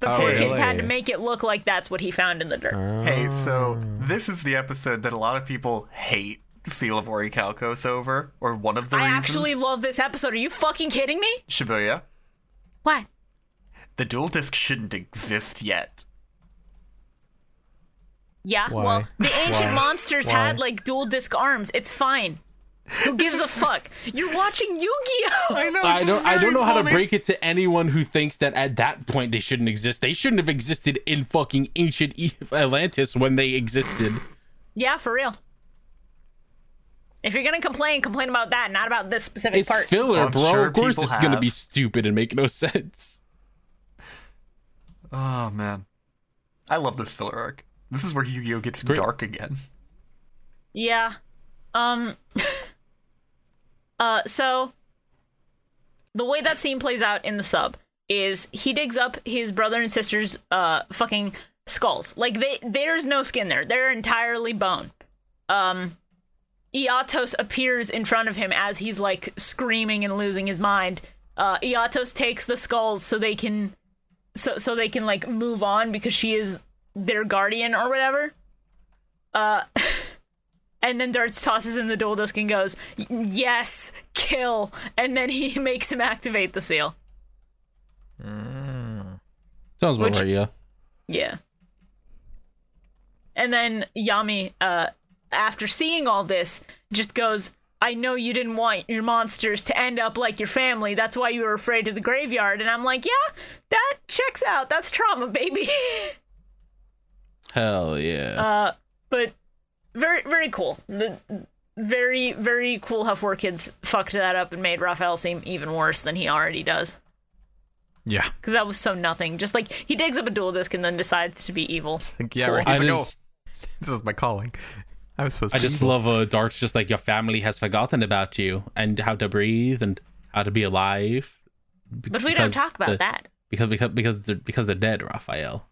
But Oh, Forkins had to really? Oh. make it look like that's what he found in the dirt. Hey, so this is the episode that a lot of people hate Seal of Orichalcos over, or one of the I reasons. actually love this episode. Are you fucking kidding me? Shibuya, What? the dual disc shouldn't exist yet. Yeah, Why? well, the ancient Why? monsters Why? had like dual disc arms. It's fine. Who gives a fuck? You're watching Yu-Gi-Oh. I know. I don't. I don't know how to break it to anyone who thinks that at that point they shouldn't exist. They shouldn't have existed in fucking ancient E- Atlantis when they existed. Yeah, for real. If you're gonna complain, complain about [laughs] that, not about this specific It's part. filler, I'm bro. sure of course, people it's gonna be have. stupid and make no [laughs] sense. Oh man, I love this filler arc. This is where Yu-Gi-Oh gets dark again. Yeah. Um Uh so the way that scene plays out in the sub is he digs up his brother and sister's uh fucking skulls. Like they there's no skin there. They're entirely bone. Um Iatos appears in front of him as he's like screaming and losing his mind. Uh Iatos takes the skulls so they can so so they can like move on because she is their guardian or whatever. Uh and then Darts tosses in the dual disc and goes, "Y- "Yes, kill!" And then he [laughs] makes him activate the seal. Sounds about Which- right. Yeah. Yeah. And then Yami, uh, after seeing all this, just goes, "I know you didn't want your monsters to end up like your family. That's why you were afraid of the graveyard." And I'm like, "Yeah, that checks out. That's trauma, baby." [laughs] Hell yeah. Uh, but very, very cool. The, very, very cool how Four Kids fucked that up and made Raphael seem even worse than he already does. Yeah. Because that was so nothing. Just like he digs up a dual disc and then decides to be evil. [laughs] Like, yeah, Cool. right. I He's like, just. oh, this is my calling. [laughs] I was supposed I to. just love uh, Dart's just like your family has forgotten about you and how to breathe and how to be alive. be- But we don't because talk about the- that. because because because they're, because they're [laughs] dead, Raphael.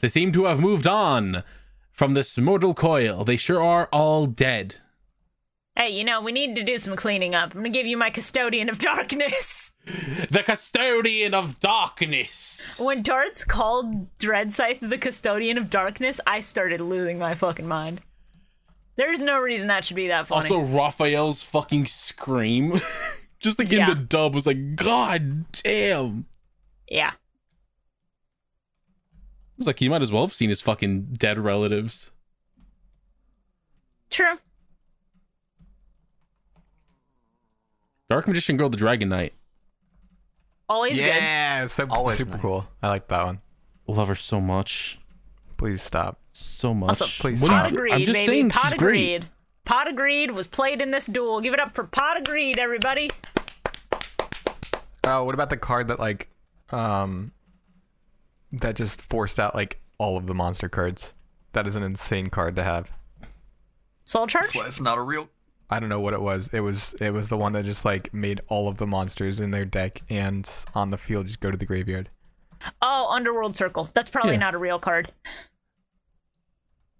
They seem to have moved on from this mortal coil. They sure are all dead. Hey, you know, we need to do some cleaning up. I'm gonna give you my custodian of [laughs] darkness. The custodian of darkness. When Darts called Dreadscythe the custodian of darkness, I started losing my fucking mind. There's no reason that should be that funny. Also, Raphael's fucking scream, [laughs] just like in Yeah. the dub, was like, God damn. Yeah. It's like he might as well have seen his fucking dead relatives. True. Dark Magician Girl, the Dragon Knight. Always good. yeah, so, Always super nice. cool. I like that one. Love her so much. Please stop. So much. Also, please What do you- Pot of Greed, I'm just baby. saying Pot she's of great. Greed. Pot of Greed was played in this duel. Give it up for Pot of Greed, everybody. Oh, what about the card that like, um, that just forced out like all of the monster cards? That is an insane card to have. Soul Charge? That's why it's not a real. I don't know what it was. It was it was the one that just like made all of the monsters in their deck and on the field just go to the graveyard. Oh, Underworld Circle. That's probably Yeah. not a real card.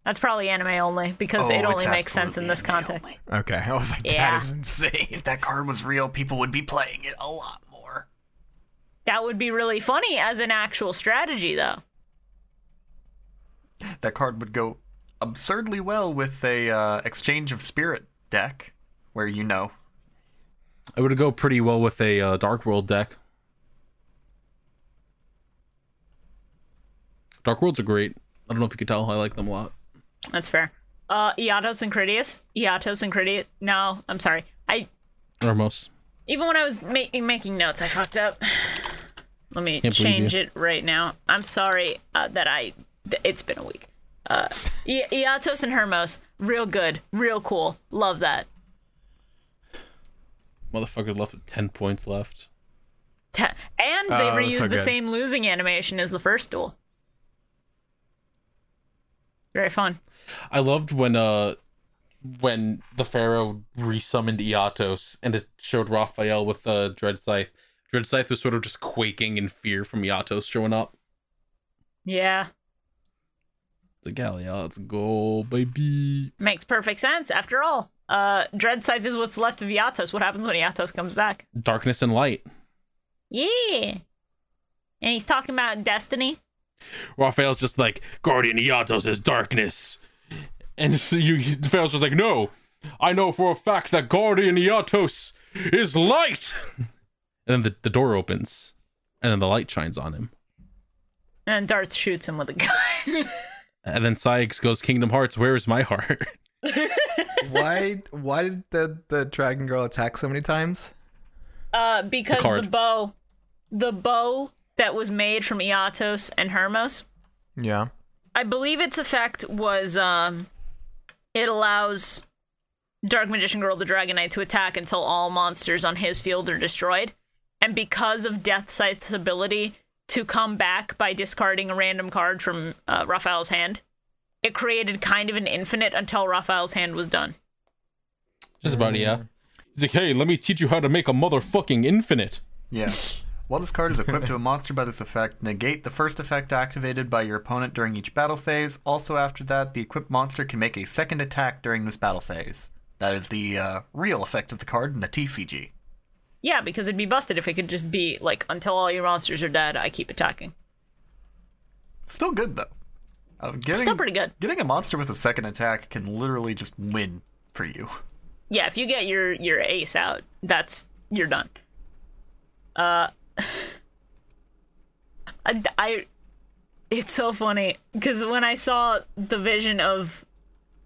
That's probably anime only because Oh, it only it's makes sense in absolutely this anime context. only. Okay, [laughs] I was like, Yeah. that is insane. If that card was real, people would be playing it a lot more. That would be really funny as an actual strategy, though. That card would go absurdly well with a uh, exchange of spirit deck, where you know It would go pretty well with a uh, Dark World deck. Dark Worlds are great. I don't know if you could tell. I like them a lot. That's fair. Uh, Iatos and Critias. Iatos and Critias. No, I'm sorry. I Ormos. even when I was ma- making notes, I fucked up. Let me Can't believe change you. it right now. I'm sorry uh, that I. th- it's been a week. Uh, I- Iatos and Hermos. Real good. Real cool. Love that. Motherfucker left with 10 points left. Te- [laughs] And they Oh, that's reused so the good. same losing animation as the first duel. Very fun. I loved when uh when the Pharaoh resummoned Iatos and it showed Raphael with the uh, Dread Scythe. Dread Scythe was sort of just quaking in fear from Iatos showing up. Yeah. The galley, oh, let's go, baby. Makes perfect sense after all. Uh Dread Scythe is what's left of Yatos. What happens when Yatos comes back? Darkness and light. Yeah. And he's talking about destiny. Raphael's just like, Guardian Iatos is darkness. And [laughs] so you, Pharaoh's just like, no, I know for a fact that Guardian Iatos is light. And then the, the door opens, and then the light shines on him. And then Darth shoots him with a [laughs] gun. And then Sykes goes, Kingdom Hearts, where is my [laughs] heart? [laughs] why why did the the dragon girl attack so many times? uh because the, card. bow the bow that was made from Iatos and Hermos, Yeah. I believe its effect was um it allows Dark Magician Girl the Dragon Knight to attack until all monsters on his field are destroyed. And because of Death Scythe's ability to come back by discarding a random card from uh, Raphael's hand, it created kind of an infinite until Raphael's hand was done. Just about, yeah. He's like, hey, let me teach you how to make a motherfucking infinite. Yeah. [laughs] While this card is equipped to a monster by this effect, negate the first effect activated by your opponent during each battle phase. Also, after that, the equipped monster can make a second attack during this battle phase. That is the uh, real effect of the card in the TCG. Yeah, because it'd be busted if it could just be like, until all your monsters are dead, I keep attacking. Still good though. Uh, getting, Still pretty good. Getting a monster with a second attack can literally just win for you. [laughs] yeah, if you get your your ace out, that's you're done. Uh, [laughs] I, I- it's so funny because when I saw the vision of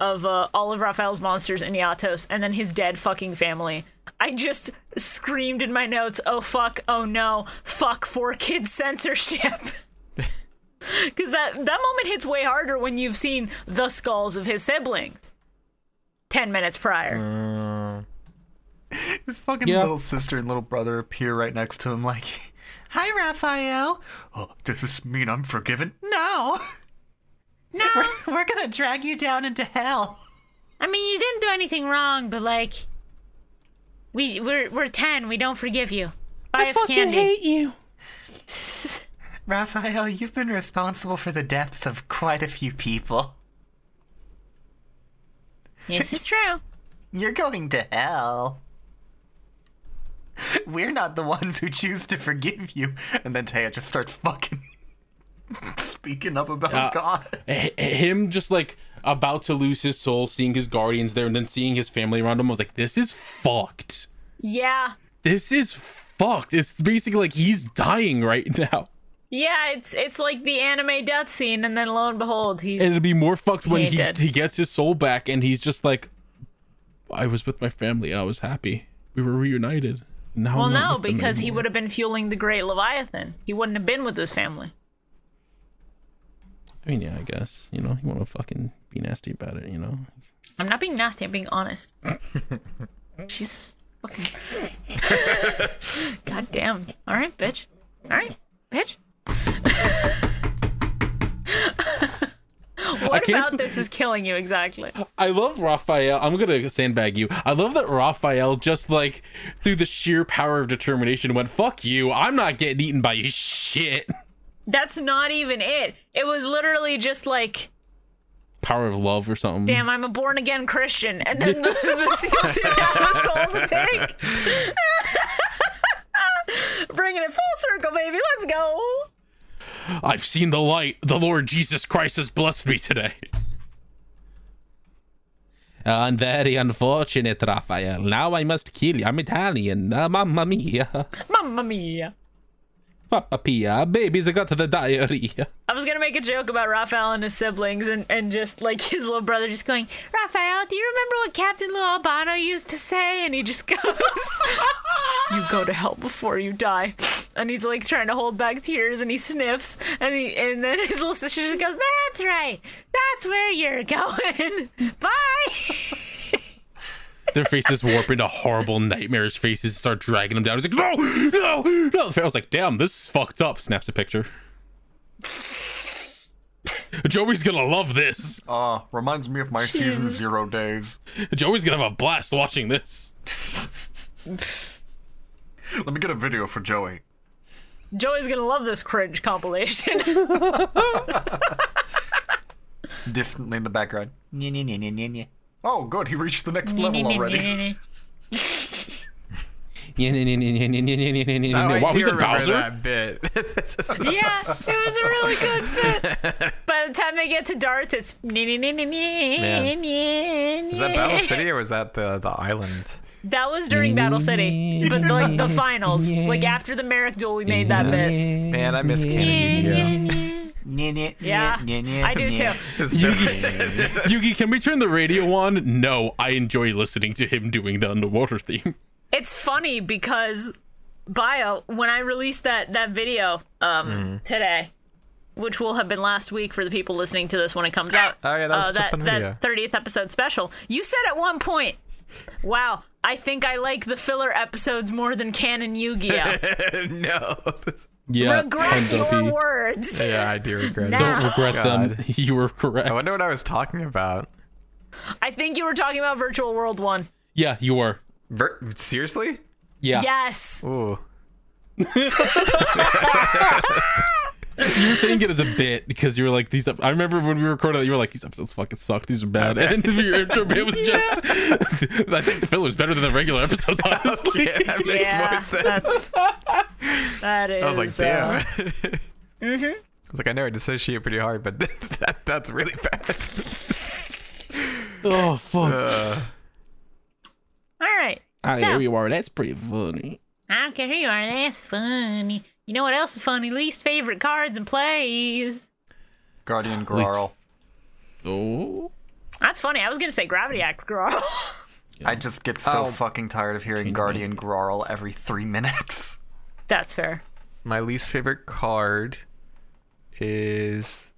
of uh, all of Raphael's monsters and Yatos, and then his dead fucking family. I just screamed in my notes, "Oh fuck! Oh no! Fuck for kid censorship!" [laughs] Because that that moment hits way harder when you've seen the skulls of his siblings ten minutes prior. His fucking Yeah. little sister and little brother appear right next to him, like, "Hi, Raphael. Oh, does this mean I'm [laughs] forgiven?" No. [laughs] No. We're, we're gonna drag you down into hell. I mean, you didn't do anything wrong, but like, we we're we're ten. We don't forgive you. Buy us candy. you. Raphael, you've been responsible for the deaths of quite a few people. [laughs] This is true. You're going to hell. We're not the ones who choose to forgive you. And then Taya just starts fucking [laughs] speaking up about Uh, Oh, God. Him just like about to lose his soul, seeing his guardians there, and then seeing his family around him. I was like, this is fucked. Yeah, This is fucked. It's basically like he's dying right now. Yeah, it's it's like the anime death scene, and then lo and behold, he. And it'll be more fucked when ain't he, dead. he gets his soul back and he's just like, I was with my family and I was happy. We were reunited. Now well, I'm not no, with them because he anymore." would have been fueling the Great Leviathan. He wouldn't have been with his family. I mean, yeah, I guess. You know, you want to fucking be nasty about it, you know? I'm not being nasty. I'm being honest. She's fucking. [laughs] God damn. All right, bitch. All right, bitch. [laughs] what can't- about this is killing you exactly? I love Raphael. I'm gonna sandbag you. I love that Raphael just like through the sheer power of determination went, "Fuck you! I'm not getting eaten by your shit." That's not even it. It was literally just like, Power of love or something. damn, I'm a born again Christian, and then the, the [laughs] seal didn't have a soul to take. [laughs] Bringing it full circle, baby. Let's go. I've seen the light. The Lord Jesus Christ has blessed me today. I'm very unfortunate, Raphael. Now I must kill you. I'm Italian. Uh, mamma mia. [laughs] Mamma mia. Papa Pia. Baby's got the diarrhea. I was gonna make a joke about Raphael and his siblings, and, and just like his little brother just going, Raphael, do you remember what Captain Lil Albano used to say? And he just [laughs] goes, You go to hell before you die. And he's like trying to hold back tears, and he sniffs, and he and then [laughs] his little sister just goes, That's right, that's where you're going. [laughs] Bye. [laughs] Their faces warp into horrible nightmarish faces and start dragging them down. He's like, no, no, no. The Pharaoh's like, damn, this is fucked up. Snaps a picture. Joey's gonna love this. Uh, reminds me of my season zero days. Joey's gonna have a blast watching this. Let me get a video for Joey. Joey's gonna love this cringe compilation. [laughs] Distantly in the background. Nya, nya, nya, nya, nya, nya. Oh, good, he reached the next level already. [laughs] Yeah, yeah, yeah, yeah, yeah, yeah, yeah, yeah, yeah, Oh, yeah. I Wow, do he's a remember Bowser. that bit. [laughs] Yeah, it was a really good fit. [laughs] By the time they get to darts, it's Is that Battle City or was that the the island? That was during Battle City, but like the finals, like after the Merrick duel, we made that bit. Man, I [laughs] miss [laughs] Kennedy. Nya, nya, Yeah, nya, nya, nya, I do too. nya. [laughs] [laughs] Yugi, can we turn the radio on? No, I enjoy listening to him doing the underwater theme. It's funny because bio when I released that that video um Mm. today, which will have been last week for the people listening to this when it comes out. uh, Oh, yeah, that was such a that, fun video. that 30th episode special. You said at one point, "Wow, I think I like the filler episodes more than canon Yu-Gi-Oh." [laughs] [laughs] no. Yeah, Regret your words. Yeah, I do regret Nah. it. Don't regret them. God. [laughs] You were correct. I wonder what I was talking about. I think you were talking about Virtual World 1. Yeah, you were. Ver- Seriously? Uh, Yeah. Yes. Ooh. [laughs] you were saying it as a bit because you were like these. Ep- I remember when we recorded that you were like these episodes fucking suck. These are bad. [laughs] And then your intro bit was [laughs] just. [laughs] I think the filler is better than the regular [laughs] episodes. [laughs] Honestly, Yeah, that makes yeah, more sense. That's, that is. I was like, uh, damn. mm-hmm. I was like, I know I dissociate pretty hard, but [laughs] that, that's really bad. oh fuck! Uh, all right. Ah, so- yeah, we are. That's pretty funny. I don't care who you are. That's funny. You know what else is funny? Least favorite cards and plays. Guardian Gararl. Oh, That's funny. I was gonna say Gravity Act Girl. [laughs] I just get so Oh. fucking tired of hearing Guardian Gararl every three minutes. [laughs] That's fair. My least favorite card is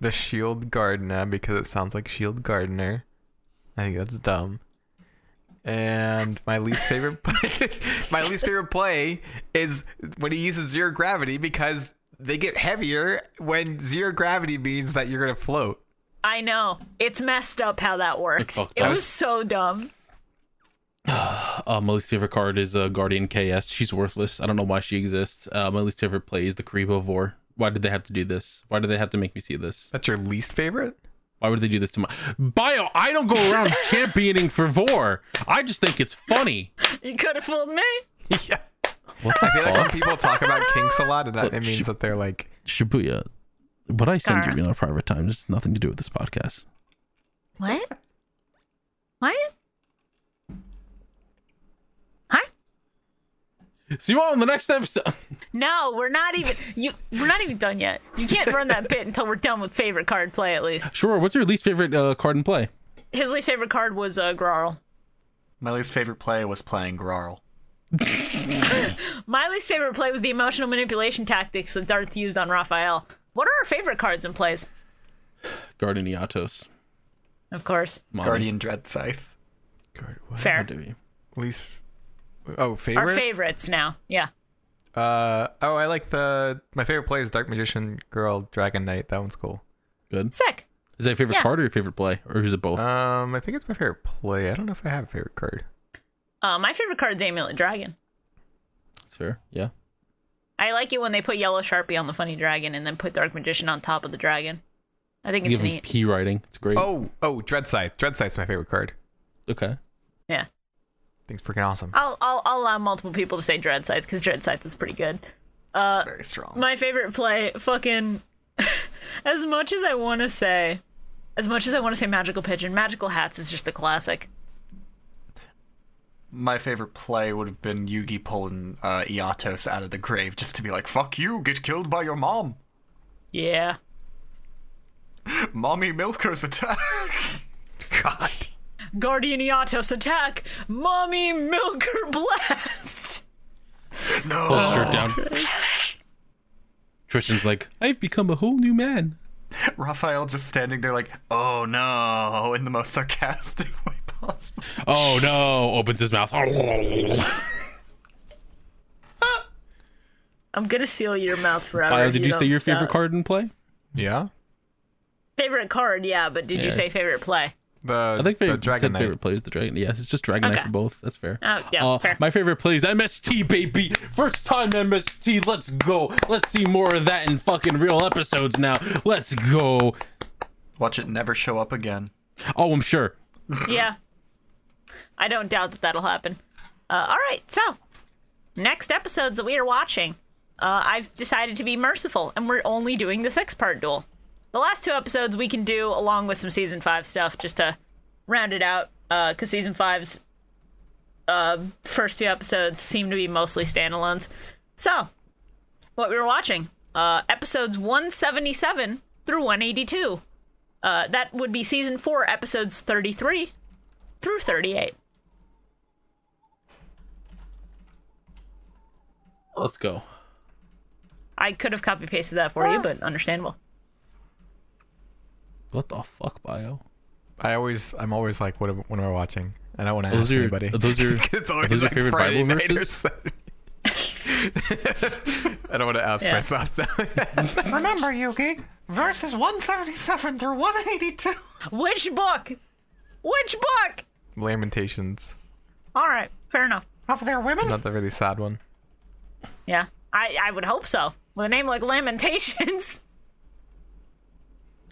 the Shield Gardener because it sounds like Shield Gardener. I think that's dumb. And my least favorite [laughs] play, my least favorite play is when he uses zero gravity because they get heavier when zero gravity means that you're gonna float. I know. It's messed up how that works. fucked It up. was so dumb. uh, my least favorite card is uh, Guardian KS. She's worthless. I don't know why she exists. Uh, my least favorite play is the Creebovore. Why did they have to do this? Why did they have to make me see this? That's your least favorite? [laughs] Why would they do this to my bio? I don't go [laughs] around championing for Vor. I just think it's funny. You could have fooled me. yeah. What the I feel like when fuck? people talk about kinks a lot, it, it means shoot. that they're like Shibuya, what I send Alright. you in our private time has nothing to do with this podcast. What? What? Huh? See you all in the next episode. [laughs] No, we're not even you. We're not even done yet. You can't run that bit until we're done with favorite card play at least. Sure. What's your least favorite uh, card in play? His least favorite card was uh, Grarl. My least favorite play was playing Grarl. My least favorite play was the emotional manipulation tactics that Darts used on Raphael. What are our favorite cards in plays? Guardian Iatos. Of course. Mommy. Guardian Dread Scythe. Guard- Fair. Had to be. Least. Oh, Our favorite. favorites now. Yeah. uh, oh, I like the. My favorite play is Dark Magician Girl Dragon Knight. That one's cool. Good. Sick. Is that your favorite Yeah. card or your favorite play, or is it both? Um, I think it's my favorite play. I don't know if I have a favorite card. Uh, my favorite card is Amulet Dragon. That's fair. Yeah. I like it when they put Yellow Sharpie on the funny dragon and then put Dark Magician on top of the dragon. I think it's Give him neat. P writing. It's great. Oh, oh, Dread Scythe. Dread Scythe's my favorite card. Okay. Yeah. Thing's freaking awesome. I'll, I'll, I'll allow multiple people to say Dread Scythe because Dread Scythe is pretty good. Uh, Very strong. my favorite play, fucking. [laughs] as much as I want to say, as much as I want to say Magical Pigeon, Magical Hats is just a classic. My favorite play would have been Yugi pulling uh, Iatos out of the grave just to be like, fuck you, get killed by your mom. Yeah. Mommy Milker's attack. [laughs] God. Guardian Iatos attack, Mommy Milker [laughs] blast. No. Pull his shirt down. Tristan's like, I've become a whole new man. Raphael just standing there like, oh no, in the most sarcastic [laughs] way possible. Oh no! Opens his mouth. I'm gonna seal your mouth forever. Kyle, if did you say don't your stop. favorite card in play? Yeah. Favorite card, yeah, but did Yeah. you say favorite play? The I think the favorite, Dragon Knight. favorite play is the Dragon. Yeah, it's just Dragon Knight Okay. for both. That's fair. Uh, Oh, yeah, fair. My favorite play is MST, baby. First time MST. Let's go. Let's see more of that in fucking real episodes now. Let's go. Watch it never show up again. Oh, I'm sure. yeah. I don't doubt that that'll happen. Uh, all right, so next episodes that we are watching, uh, I've decided to be merciful, and we're only doing the six part duel. The last two episodes we can do along with some season five stuff just to round it out, because season five's uh, first two episodes seem to be mostly standalones. So, what we were watching uh, episodes 177 through 182. Uh, that would be season four, episodes 33 through 38. Let's go. I could have copy pasted that for you, but understandable. What the fuck, bio? I always, I'm always like, what, am- what am I watching? And I want to Those ask are anybody. those are, [laughs] it's are always those your like favorite Friday Bible night or verses? Saturday. [laughs] I don't want to ask Yeah. myself. that. Remember, Yugi, verses 177 through 182. Which book? Which book? Lamentations. All right, fair enough. Of their women? Not the really sad one. Yeah, I, I would hope so. With a name like Lamentations. [laughs]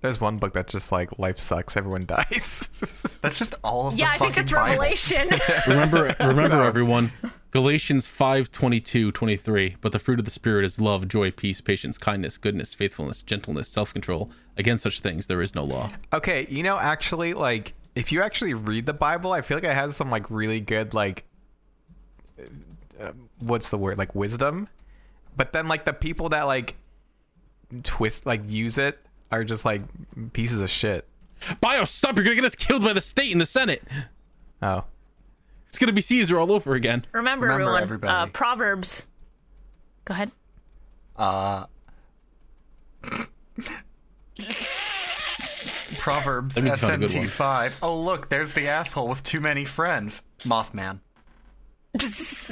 There's one book that's just like life sucks, everyone [laughs] dies. That's just all of Yeah, the I fucking think that's Bible. Revelation. [laughs] Remember, remember everyone. Galatians 5, 22, 23. But the fruit of the Spirit is love, joy, peace, patience, kindness, goodness, faithfulness, gentleness, self control. Against such things, there is no law. okay, you know, actually, like if you actually read the Bible, I feel like it has some like really good like, uh, what's the word like wisdom, but then like the people that like twist like use it are just like pieces of shit. Bio, stop. You're going to get us killed by the state and the Senate. Oh, It's going to be Caesar all over again. Remember, Remember, everyone, uh, everybody. Proverbs. Go ahead. [laughs] Proverbs Let me just find a good one. SMT5. Oh, look, there's the asshole with too many friends. Mothman.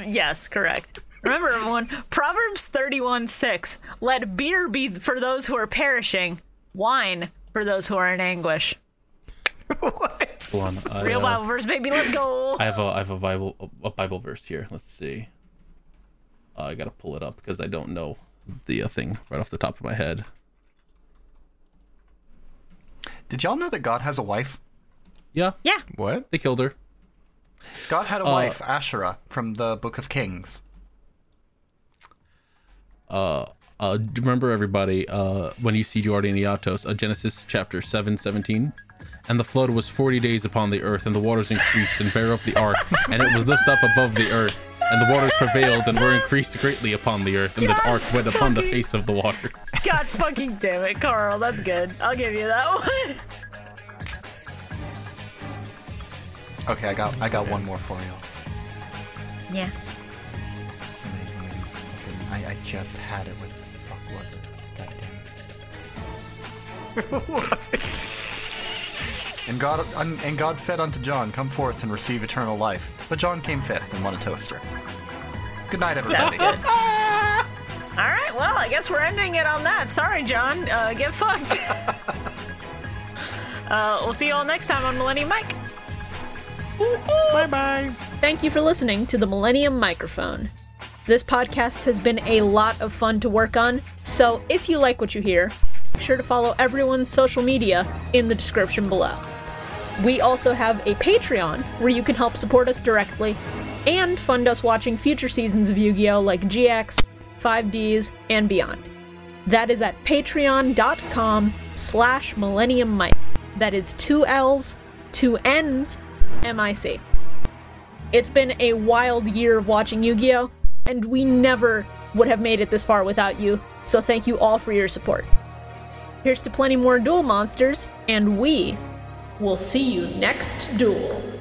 yes, correct. Remember, everyone, Proverbs 31 6. Let beer be for those who are perishing, wine for those who are in anguish. Hold on. I, Real uh, Bible verse, baby, let's go. I have a I have a Bible a Bible verse here. Let's see. Uh, I gotta pull it up because I don't know the uh, thing right off the top of my head. Did y'all know that God has a wife? Yeah, Yeah. what? they killed her. God had a wife, Asherah, from the Book of Kings. Uh, d- remember everybody, uh, when you see Jordan Iatos, uh, Genesis chapter 7, 17. And the flood was 40 days upon the earth, and the waters increased and bare up the ark, and it was lift up above the earth. and the waters prevailed and were increased greatly upon the earth, and the God ark went upon the fucking- face of the waters. God fucking damn it, Carl. That's good. I'll give you that [laughs] one. Okay, I got I got one more for you. Yeah. I, I just had it. What the fuck was it? God damn it. [laughs] And God un- and God said unto John, Come forth and receive eternal life. But John came fifth and won a toaster. Good night, everybody. [laughs] That's good. All right, well, I guess we're ending it on that. Sorry, John. Uh, get fucked. uh, we'll see you all next time on Millennium Mike. Bye bye. Thank you for listening to the Millennium Microphone. This podcast has been a lot of fun to work on, so if you like what you hear, make sure to follow everyone's social media in the description below. We also have a Patreon where you can help support us directly and fund us watching future seasons of Yu Gi Oh! like GX, 5Ds, and beyond. That is at patreon.com slash millennium mic. That is two L's, two N's, M I C. It's been a wild year of watching Yu Gi Oh! and we never would have made it this far without you, so thank you all for your support. Here's to plenty more duel monsters, and we will see you next duel.